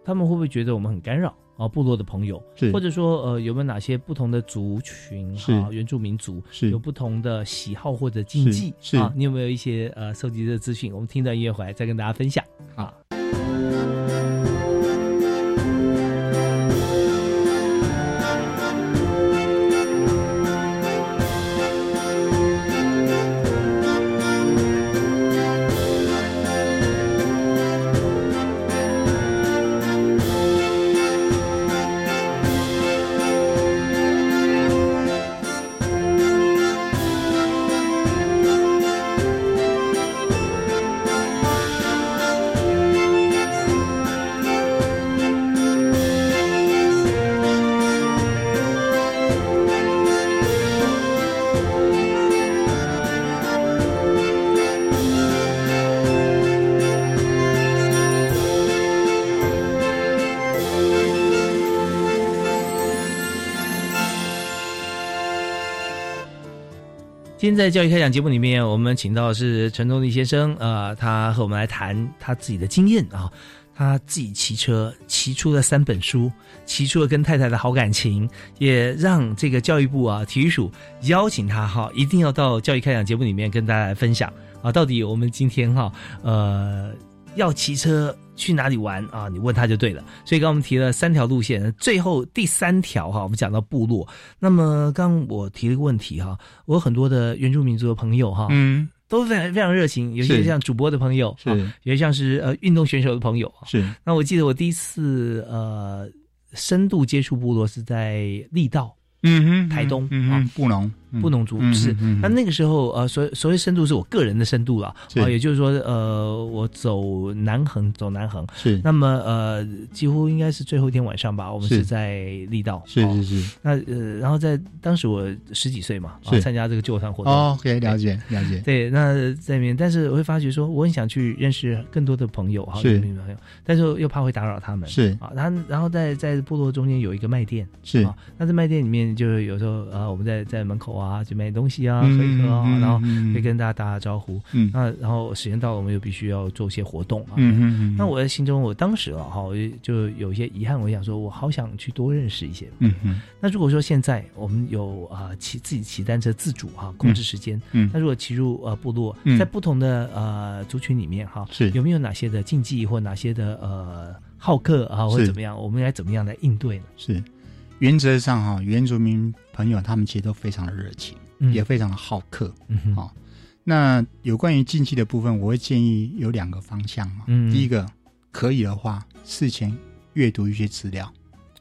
[SPEAKER 1] 他们会不会觉得我们很干扰啊？部落的朋友，
[SPEAKER 2] 是
[SPEAKER 1] 或者说呃有没有哪些不同的族群
[SPEAKER 2] 是
[SPEAKER 1] 哈、原住民族
[SPEAKER 2] 是
[SPEAKER 1] 有不同的喜好或者禁忌
[SPEAKER 2] 是是
[SPEAKER 1] 啊？你有没有一些呃搜集的资讯？我们听到音乐回来再跟大家分享。
[SPEAKER 2] 好。
[SPEAKER 1] 今天在教育开讲节目里面，我们请到的是陈忠立先生，呃，他和我们来谈他自己的经验啊、他自己骑车骑出了三本书，骑出了跟太太的好感情，也让这个教育部啊体育署邀请他哈、一定要到教育开讲节目里面跟大家来分享啊，到底我们今天哈、呃要骑车去哪里玩啊？你问他就对了。所以刚刚我们提了三条路线，最后第三条哈、我们讲到部落。那么刚刚我提了一个问题哈、我有很多的原住民族的朋友哈、
[SPEAKER 2] 嗯，
[SPEAKER 1] 都非常非常热情，有些
[SPEAKER 2] 是
[SPEAKER 1] 像主播的朋友，
[SPEAKER 2] 是
[SPEAKER 1] 啊有些像是呃运动选手的朋友。
[SPEAKER 2] 是
[SPEAKER 1] 那我记得我第一次呃深度接触部落是在力道
[SPEAKER 2] 嗯哼
[SPEAKER 1] 台东
[SPEAKER 2] 嗯
[SPEAKER 1] 啊
[SPEAKER 2] 哼，布农
[SPEAKER 1] 布农族
[SPEAKER 2] 嗯
[SPEAKER 1] 是
[SPEAKER 2] 嗯嗯嗯
[SPEAKER 1] 那那个时候呃所所谓深度是我个人的深度了，
[SPEAKER 2] 是
[SPEAKER 1] 啊，也就是说呃我走南横走南横，
[SPEAKER 2] 是
[SPEAKER 1] 那么呃几乎应该是最后一天晚上吧，我们
[SPEAKER 2] 是
[SPEAKER 1] 是在力道
[SPEAKER 2] 是
[SPEAKER 1] 哦
[SPEAKER 2] 是是
[SPEAKER 1] 那呃然后在当时我十几岁嘛，啊
[SPEAKER 2] 是
[SPEAKER 1] 参加这个救团活动
[SPEAKER 2] 哦，OK，了解了解，
[SPEAKER 1] 对，那在里面，但是我会发觉说，我很想去认识更多的朋友哈，
[SPEAKER 2] 是
[SPEAKER 1] 女朋友，但是又怕会打扰他们，
[SPEAKER 2] 是
[SPEAKER 1] 啊，然后然后在在部落中间有一个卖店，
[SPEAKER 2] 是
[SPEAKER 1] 啊，那在卖店里面就是有时候啊，我们在在门口啊就买点东西啊，喝一喝啊，然后
[SPEAKER 2] 嗯
[SPEAKER 1] 会跟大家打打招呼，
[SPEAKER 2] 嗯
[SPEAKER 1] 那然后时间到了，我们又必须要做一些活动啊，
[SPEAKER 2] 嗯嗯嗯，
[SPEAKER 1] 那我在心中，我当时啊哈，我就有一些遗憾，我想说，我好想去多认识一些。
[SPEAKER 2] 嗯嗯
[SPEAKER 1] 那如果说现在我们有啊、呃骑自己骑单车自主哈、控制时间，
[SPEAKER 2] 嗯
[SPEAKER 1] 那如果骑入呃部落，
[SPEAKER 2] 嗯
[SPEAKER 1] 在不同的呃族群里面哈、
[SPEAKER 2] 是
[SPEAKER 1] 有没有哪些的禁忌或哪些的呃好客啊，或者
[SPEAKER 2] 是
[SPEAKER 1] 怎么样，我们应该怎么样来应对呢？
[SPEAKER 2] 是原则上哈，原住民朋友他们其实都非常的热情，
[SPEAKER 1] 嗯
[SPEAKER 2] 也非常的好客。
[SPEAKER 1] 嗯哼
[SPEAKER 2] 好那有关于禁忌的部分，我会建议有两个方向嘛。
[SPEAKER 1] 嗯
[SPEAKER 2] 第一个，可以的话，事前阅读一些资料，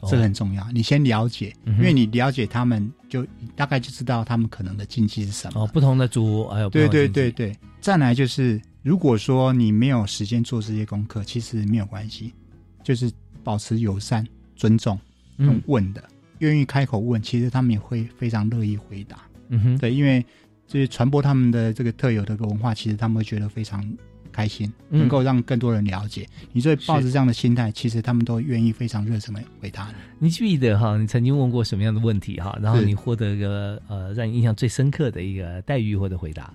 [SPEAKER 1] 哦
[SPEAKER 2] 这个很重要。你先了解，
[SPEAKER 1] 嗯哼
[SPEAKER 2] 因为你了解他们，就你大概就知道他们可能的禁忌是什么。
[SPEAKER 1] 哦，不同的族还有不
[SPEAKER 2] 对
[SPEAKER 1] 同的
[SPEAKER 2] 对
[SPEAKER 1] 禁忌
[SPEAKER 2] 对，对。再来就是，如果说你没有时间做这些功课，其实没有关系，就是保持友善、尊重，用
[SPEAKER 1] 嗯
[SPEAKER 2] 问的，愿意开口问，其实他们也会非常乐意回答。
[SPEAKER 1] 嗯哼，
[SPEAKER 2] 对，因为就是传播他们的这个特有的一个文化，其实他们会觉得非常开心，
[SPEAKER 1] 嗯
[SPEAKER 2] 能够让更多人了解。你所以抱着
[SPEAKER 1] 是
[SPEAKER 2] 这样的心态，其实他们都愿意非常热诚的回答你。
[SPEAKER 1] 你记不记得哈，你曾经问过什么样的问题哈，然后
[SPEAKER 2] 是
[SPEAKER 1] 你获得一个呃让你印象最深刻的一个待遇或者回答？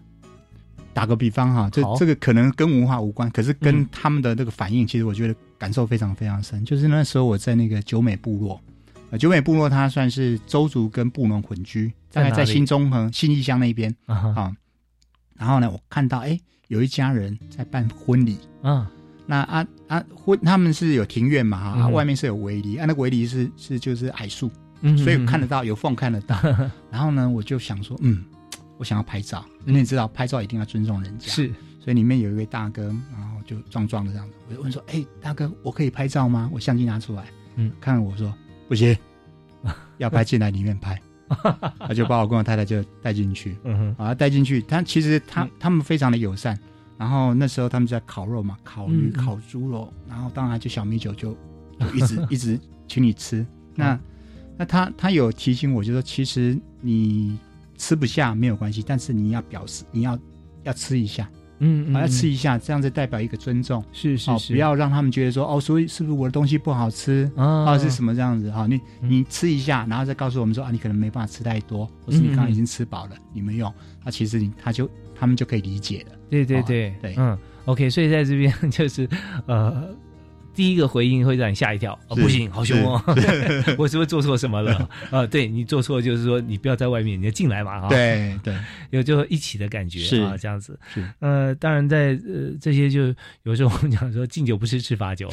[SPEAKER 2] 打个比方哈，这
[SPEAKER 1] 好
[SPEAKER 2] 这个可能跟文化无关，可是跟
[SPEAKER 1] 嗯
[SPEAKER 2] 他们的那个反应，其实我觉得感受非常非常深。就是那时候我在那个九美部落，呃，九美部落它算是周族跟布农混居，大概
[SPEAKER 1] 在哪
[SPEAKER 2] 在
[SPEAKER 1] 里
[SPEAKER 2] 新中和新义乡那边
[SPEAKER 1] 啊哈
[SPEAKER 2] 啊。然后呢，我看到哎，有一家人在办婚礼，
[SPEAKER 1] 啊，
[SPEAKER 2] 那啊啊婚他们是有庭院嘛哈、啊
[SPEAKER 1] 嗯
[SPEAKER 2] 外面是有围篱，啊那围篱是是就是矮树，
[SPEAKER 1] 嗯
[SPEAKER 2] 所以看得到有缝看得 到。然后呢，我就想说，嗯，我想要拍照，因为你知道拍照一定要尊重人家，，
[SPEAKER 1] 嗯是
[SPEAKER 2] 所以里面有一位大哥，然后就壮壮的这样子，我就问说，哎、大哥，我可以拍照吗？我相机拿出来，
[SPEAKER 1] 嗯
[SPEAKER 2] 看我说不行，要拍进来里面拍。他就把我跟我太太就带进去，
[SPEAKER 1] 嗯哼，
[SPEAKER 2] 啊，带进去。他其实
[SPEAKER 1] 嗯
[SPEAKER 2] 他他们非常的友善，然后那时候他们在烤肉嘛，烤鱼、
[SPEAKER 1] 嗯嗯
[SPEAKER 2] 烤猪肉，然后当然就小米酒就就一 直一直请你吃。
[SPEAKER 1] 嗯
[SPEAKER 2] 那那他他有提醒我，就说其实你吃不下没有关系，但是你要表示你要要吃一下，
[SPEAKER 1] 嗯
[SPEAKER 2] 啊，要吃一下，这样子代表一个尊重。
[SPEAKER 1] 是是
[SPEAKER 2] 哦，
[SPEAKER 1] 是，
[SPEAKER 2] 不要让他们觉得说哦，所以是不是我的东西不好吃
[SPEAKER 1] 啊
[SPEAKER 2] 啊？是什么这样子啊？你
[SPEAKER 1] 嗯
[SPEAKER 2] 你吃一下，然后再告诉我们说啊，你可能没办法吃太多，或是你刚刚已经吃饱了，你没用。那其实你他就他们就可以理解了。
[SPEAKER 1] 对对
[SPEAKER 2] 哦
[SPEAKER 1] 对、
[SPEAKER 2] 对
[SPEAKER 1] 嗯，OK，所以在这边 就是呃，第一个回应会让你吓一跳，哦，
[SPEAKER 2] 是
[SPEAKER 1] 不行，好凶哦，
[SPEAKER 2] 是
[SPEAKER 1] 我是不是做错什么了？呃，对你做错就是说你不要在外面，你要进来嘛，哈、，
[SPEAKER 2] 对对，
[SPEAKER 1] 有就一起的感觉
[SPEAKER 2] 是
[SPEAKER 1] 啊，这样子。
[SPEAKER 2] 是
[SPEAKER 1] 呃，当然在呃这些就有时候我们讲说敬酒不吃吃 罚酒，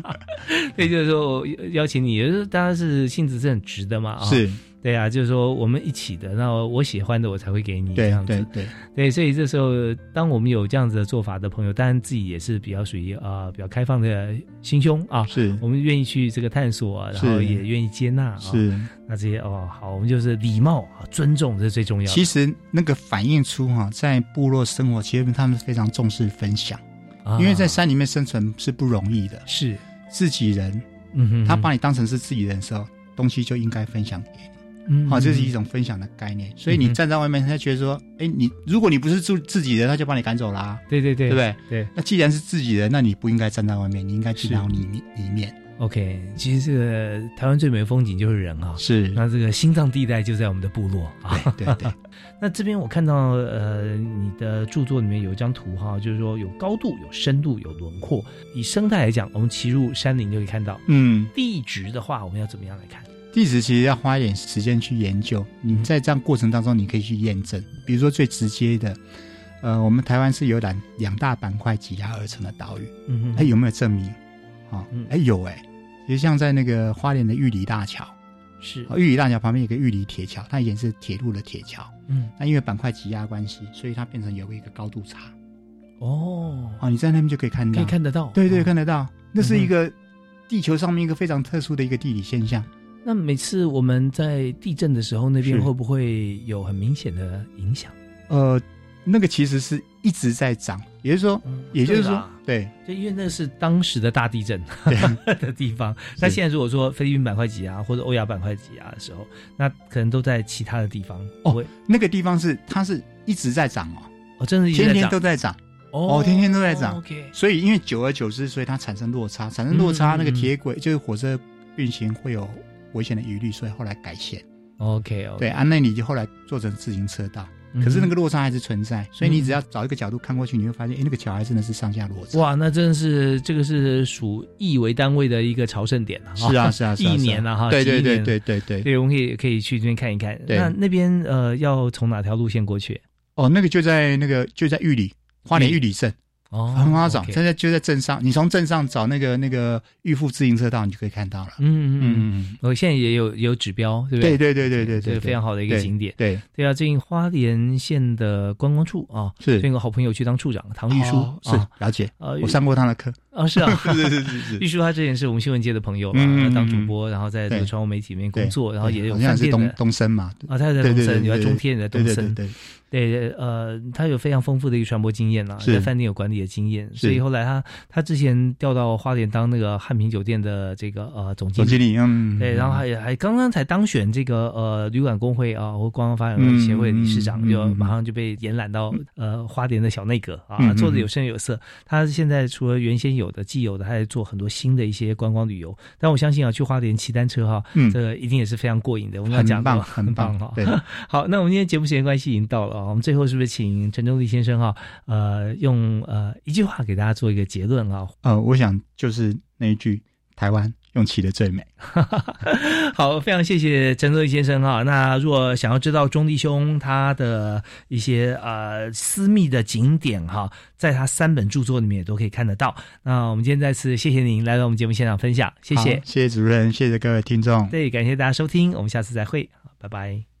[SPEAKER 1] 对，就是说我邀请你，有时候当然是性子是很直的嘛，啊、
[SPEAKER 2] 是，
[SPEAKER 1] 对啊，就是说我们一起的，那我喜欢的我才会给你，这
[SPEAKER 2] 对
[SPEAKER 1] 样子
[SPEAKER 2] 对对，
[SPEAKER 1] 对，所以这时候，当我们有这样子的做法的朋友，当然自己也是比较属于啊、呃比较开放的心胸啊，
[SPEAKER 2] 是
[SPEAKER 1] 我们愿意去这个探索啊，然后
[SPEAKER 2] 是
[SPEAKER 1] 也愿意接纳啊。，
[SPEAKER 2] 是。
[SPEAKER 1] 那这些哦，好，我们就是礼貌啊，尊重这是最重要的。
[SPEAKER 2] 其实那个反映出哈，在部落生活，其实他们非常重视分享，
[SPEAKER 1] 啊
[SPEAKER 2] 因为在山里面生存是不容易的，
[SPEAKER 1] 是，
[SPEAKER 2] 自己人，
[SPEAKER 1] 嗯哼，
[SPEAKER 2] 他把你当成是自己人的时候，东西就应该分享给你。哦
[SPEAKER 1] 嗯，
[SPEAKER 2] 好、这是一种分享的概念。所以
[SPEAKER 1] 嗯
[SPEAKER 2] 你
[SPEAKER 1] 哼
[SPEAKER 2] 站在外面，他觉得说，哎，你如果你不是住自己人，他就把你赶走啦、
[SPEAKER 1] 对对对
[SPEAKER 2] 对不对？
[SPEAKER 1] 对
[SPEAKER 2] 那既然是自己人，那你不应该站在外面，你应该进到里面里面。
[SPEAKER 1] ，OK。其实这个台湾最美的风景就是人啊，
[SPEAKER 2] 是
[SPEAKER 1] 那这个心脏地带就在我们的部落啊。
[SPEAKER 2] 对对 对，
[SPEAKER 1] 那这边我看到呃，你的著作里面有一张图哈，就是说有高度、有深度、有轮廓。以生态来讲，我们骑入山林就可以看到。
[SPEAKER 2] 嗯，
[SPEAKER 1] 地质的话，我们要怎么样来看？
[SPEAKER 2] 地址其实要花一点时间去研究。你在这样过程当中，你可以去验证，
[SPEAKER 1] 嗯
[SPEAKER 2] 比如说最直接的。呃，我们台湾是有两两大板块挤压而成的岛屿，
[SPEAKER 1] 嗯
[SPEAKER 2] 哎，有没有证明？啊、哦
[SPEAKER 1] 嗯，
[SPEAKER 2] 哎有哎，其实像在那个花莲的玉里大桥，
[SPEAKER 1] 是
[SPEAKER 2] 哦玉里大桥旁边有个玉里铁桥，它以前是铁路的铁桥，
[SPEAKER 1] 嗯
[SPEAKER 2] 那因为板块挤压关系，所以它变成有一个高度差
[SPEAKER 1] 哦，
[SPEAKER 2] 哦，你在那边就可以看
[SPEAKER 1] 可
[SPEAKER 2] 到，
[SPEAKER 1] 以看得到。
[SPEAKER 2] 对对
[SPEAKER 1] 哦
[SPEAKER 2] 看得到，那是一个地球上面一个非常特殊的一个地理现象。
[SPEAKER 1] 那每次我们在地震的时候，那边
[SPEAKER 2] 是
[SPEAKER 1] 会不会有很明显的影响？
[SPEAKER 2] 呃，那个其实是一直在涨，也就是说，
[SPEAKER 1] 嗯
[SPEAKER 2] 也就是
[SPEAKER 1] 对
[SPEAKER 2] 说
[SPEAKER 1] 啦，
[SPEAKER 2] 对
[SPEAKER 1] 就因为那是当时的大地震
[SPEAKER 2] 对
[SPEAKER 1] 的地方。那现在如果说菲律宾板块挤啊压或者欧亚板块挤压的时候，那可能都在其他的地方。
[SPEAKER 2] 哦
[SPEAKER 1] 我，
[SPEAKER 2] 那个地方是它是一直在涨哦，
[SPEAKER 1] 哦，真的一直
[SPEAKER 2] 天
[SPEAKER 1] 在
[SPEAKER 2] 天
[SPEAKER 1] 涨
[SPEAKER 2] 都在涨，
[SPEAKER 1] 哦
[SPEAKER 2] 哦天天都在涨
[SPEAKER 1] OK，
[SPEAKER 2] 所以因为久而久之，所以它产生落差，产生落差，
[SPEAKER 1] 嗯嗯
[SPEAKER 2] 那个
[SPEAKER 1] 嗯
[SPEAKER 2] 铁轨就是火车运行会有危险的疑虑，所以后来改线。
[SPEAKER 1] OK，
[SPEAKER 2] 对，安内里就后来做成自行车道，
[SPEAKER 1] 嗯
[SPEAKER 2] 可是那个落差还是存在，所以你只要找一个角度看过去，你会发现，哎、那个桥还真的是上下落差。
[SPEAKER 1] 哇，那真的是这个是属亿为单位的一个朝圣点了、哈
[SPEAKER 2] 是啊，是啊，是啊，
[SPEAKER 1] 一
[SPEAKER 2] 是
[SPEAKER 1] 年了、哈，
[SPEAKER 2] 对对
[SPEAKER 1] 几亿
[SPEAKER 2] 对
[SPEAKER 1] 年
[SPEAKER 2] 对对对。
[SPEAKER 1] 对，我们可以可以去这边看一看。
[SPEAKER 2] 对
[SPEAKER 1] 那那边呃，要从哪条路线过去？
[SPEAKER 2] 哦，那个就在那个就在玉里，花莲玉里镇，
[SPEAKER 1] 哦，
[SPEAKER 2] 很好找，
[SPEAKER 1] OK
[SPEAKER 2] 现在就在镇上，你从镇上找那个那个玉富自行车道，你就可以看到了。
[SPEAKER 1] 嗯嗯嗯，
[SPEAKER 2] 嗯，
[SPEAKER 1] 我现在也有有指标，对不
[SPEAKER 2] 对
[SPEAKER 1] 对
[SPEAKER 2] 对对对对
[SPEAKER 1] 这
[SPEAKER 2] 对，
[SPEAKER 1] 个非常好的一个
[SPEAKER 2] 对
[SPEAKER 1] 景点。
[SPEAKER 2] 对，
[SPEAKER 1] 对啊，最近花莲县的观光处啊，
[SPEAKER 2] 是
[SPEAKER 1] 最近有个好朋友去当处长唐玉书
[SPEAKER 2] 哦是
[SPEAKER 1] 啊，
[SPEAKER 2] 了解，
[SPEAKER 1] 呃
[SPEAKER 2] 我上过他的 课。
[SPEAKER 1] 啊是啊，
[SPEAKER 2] 是是是是
[SPEAKER 1] 玉书他之前是我们新闻界的朋友嘛，
[SPEAKER 2] 嗯嗯嗯
[SPEAKER 1] 当主播，然后在这个
[SPEAKER 2] 对
[SPEAKER 1] 传播媒体里面
[SPEAKER 2] 对
[SPEAKER 1] 工作，然后也有
[SPEAKER 2] 好像
[SPEAKER 1] 饭
[SPEAKER 2] 是
[SPEAKER 1] 店
[SPEAKER 2] 东
[SPEAKER 1] 的。
[SPEAKER 2] 东升嘛，
[SPEAKER 1] 啊，他在
[SPEAKER 2] 对对
[SPEAKER 1] 东
[SPEAKER 2] 对
[SPEAKER 1] 森，有在
[SPEAKER 2] 对
[SPEAKER 1] 中天，有在
[SPEAKER 2] 对对对
[SPEAKER 1] 东森，
[SPEAKER 2] 对，
[SPEAKER 1] 对，呃，他有非常丰富的一个传播经验啦，
[SPEAKER 2] 是
[SPEAKER 1] 在饭店有管理的经验，
[SPEAKER 2] 是
[SPEAKER 1] 所以后来他他之前调到花莲当那个汉品酒店的这个呃总经
[SPEAKER 2] 总经
[SPEAKER 1] 理，
[SPEAKER 2] 理嗯，
[SPEAKER 1] 对，然后还还刚刚才当选这个呃旅馆工会啊、或观光发展协会的理事长，
[SPEAKER 2] 嗯嗯嗯
[SPEAKER 1] 就
[SPEAKER 2] 嗯
[SPEAKER 1] 马上就被延揽到呃花莲的小内阁啊，
[SPEAKER 2] 嗯嗯
[SPEAKER 1] 做的有声有色。他现在除了原先有的既有的，他还做很多新的一些观光旅游。但我相信啊，去花莲骑单车哈、
[SPEAKER 2] 嗯
[SPEAKER 1] 这个一定也是非常过瘾的。我们要
[SPEAKER 2] 很
[SPEAKER 1] 讲过
[SPEAKER 2] 棒
[SPEAKER 1] 哦
[SPEAKER 2] 很棒
[SPEAKER 1] 哈、
[SPEAKER 2] 对。
[SPEAKER 1] 好，那我们今天节目时间关系已经到了啊，我们最后是不是请陈忠立先生啊，呃，用呃一句话给大家做一个结论啊？
[SPEAKER 2] 呃，我想就是那一句“台湾用骑的最美
[SPEAKER 1] 好，非常谢谢陈忠立先生啊。那如果想要知道钟立兄他的一些呃私密的景点哈、在他三本著作里面也都可以看得到。那我们今天再次谢谢您来到我们节目现场分享，”。谢
[SPEAKER 2] 好
[SPEAKER 1] 谢。
[SPEAKER 2] 谢谢主任，谢谢各位听众。
[SPEAKER 1] 对，感谢大家收听，我们下次再会，拜拜。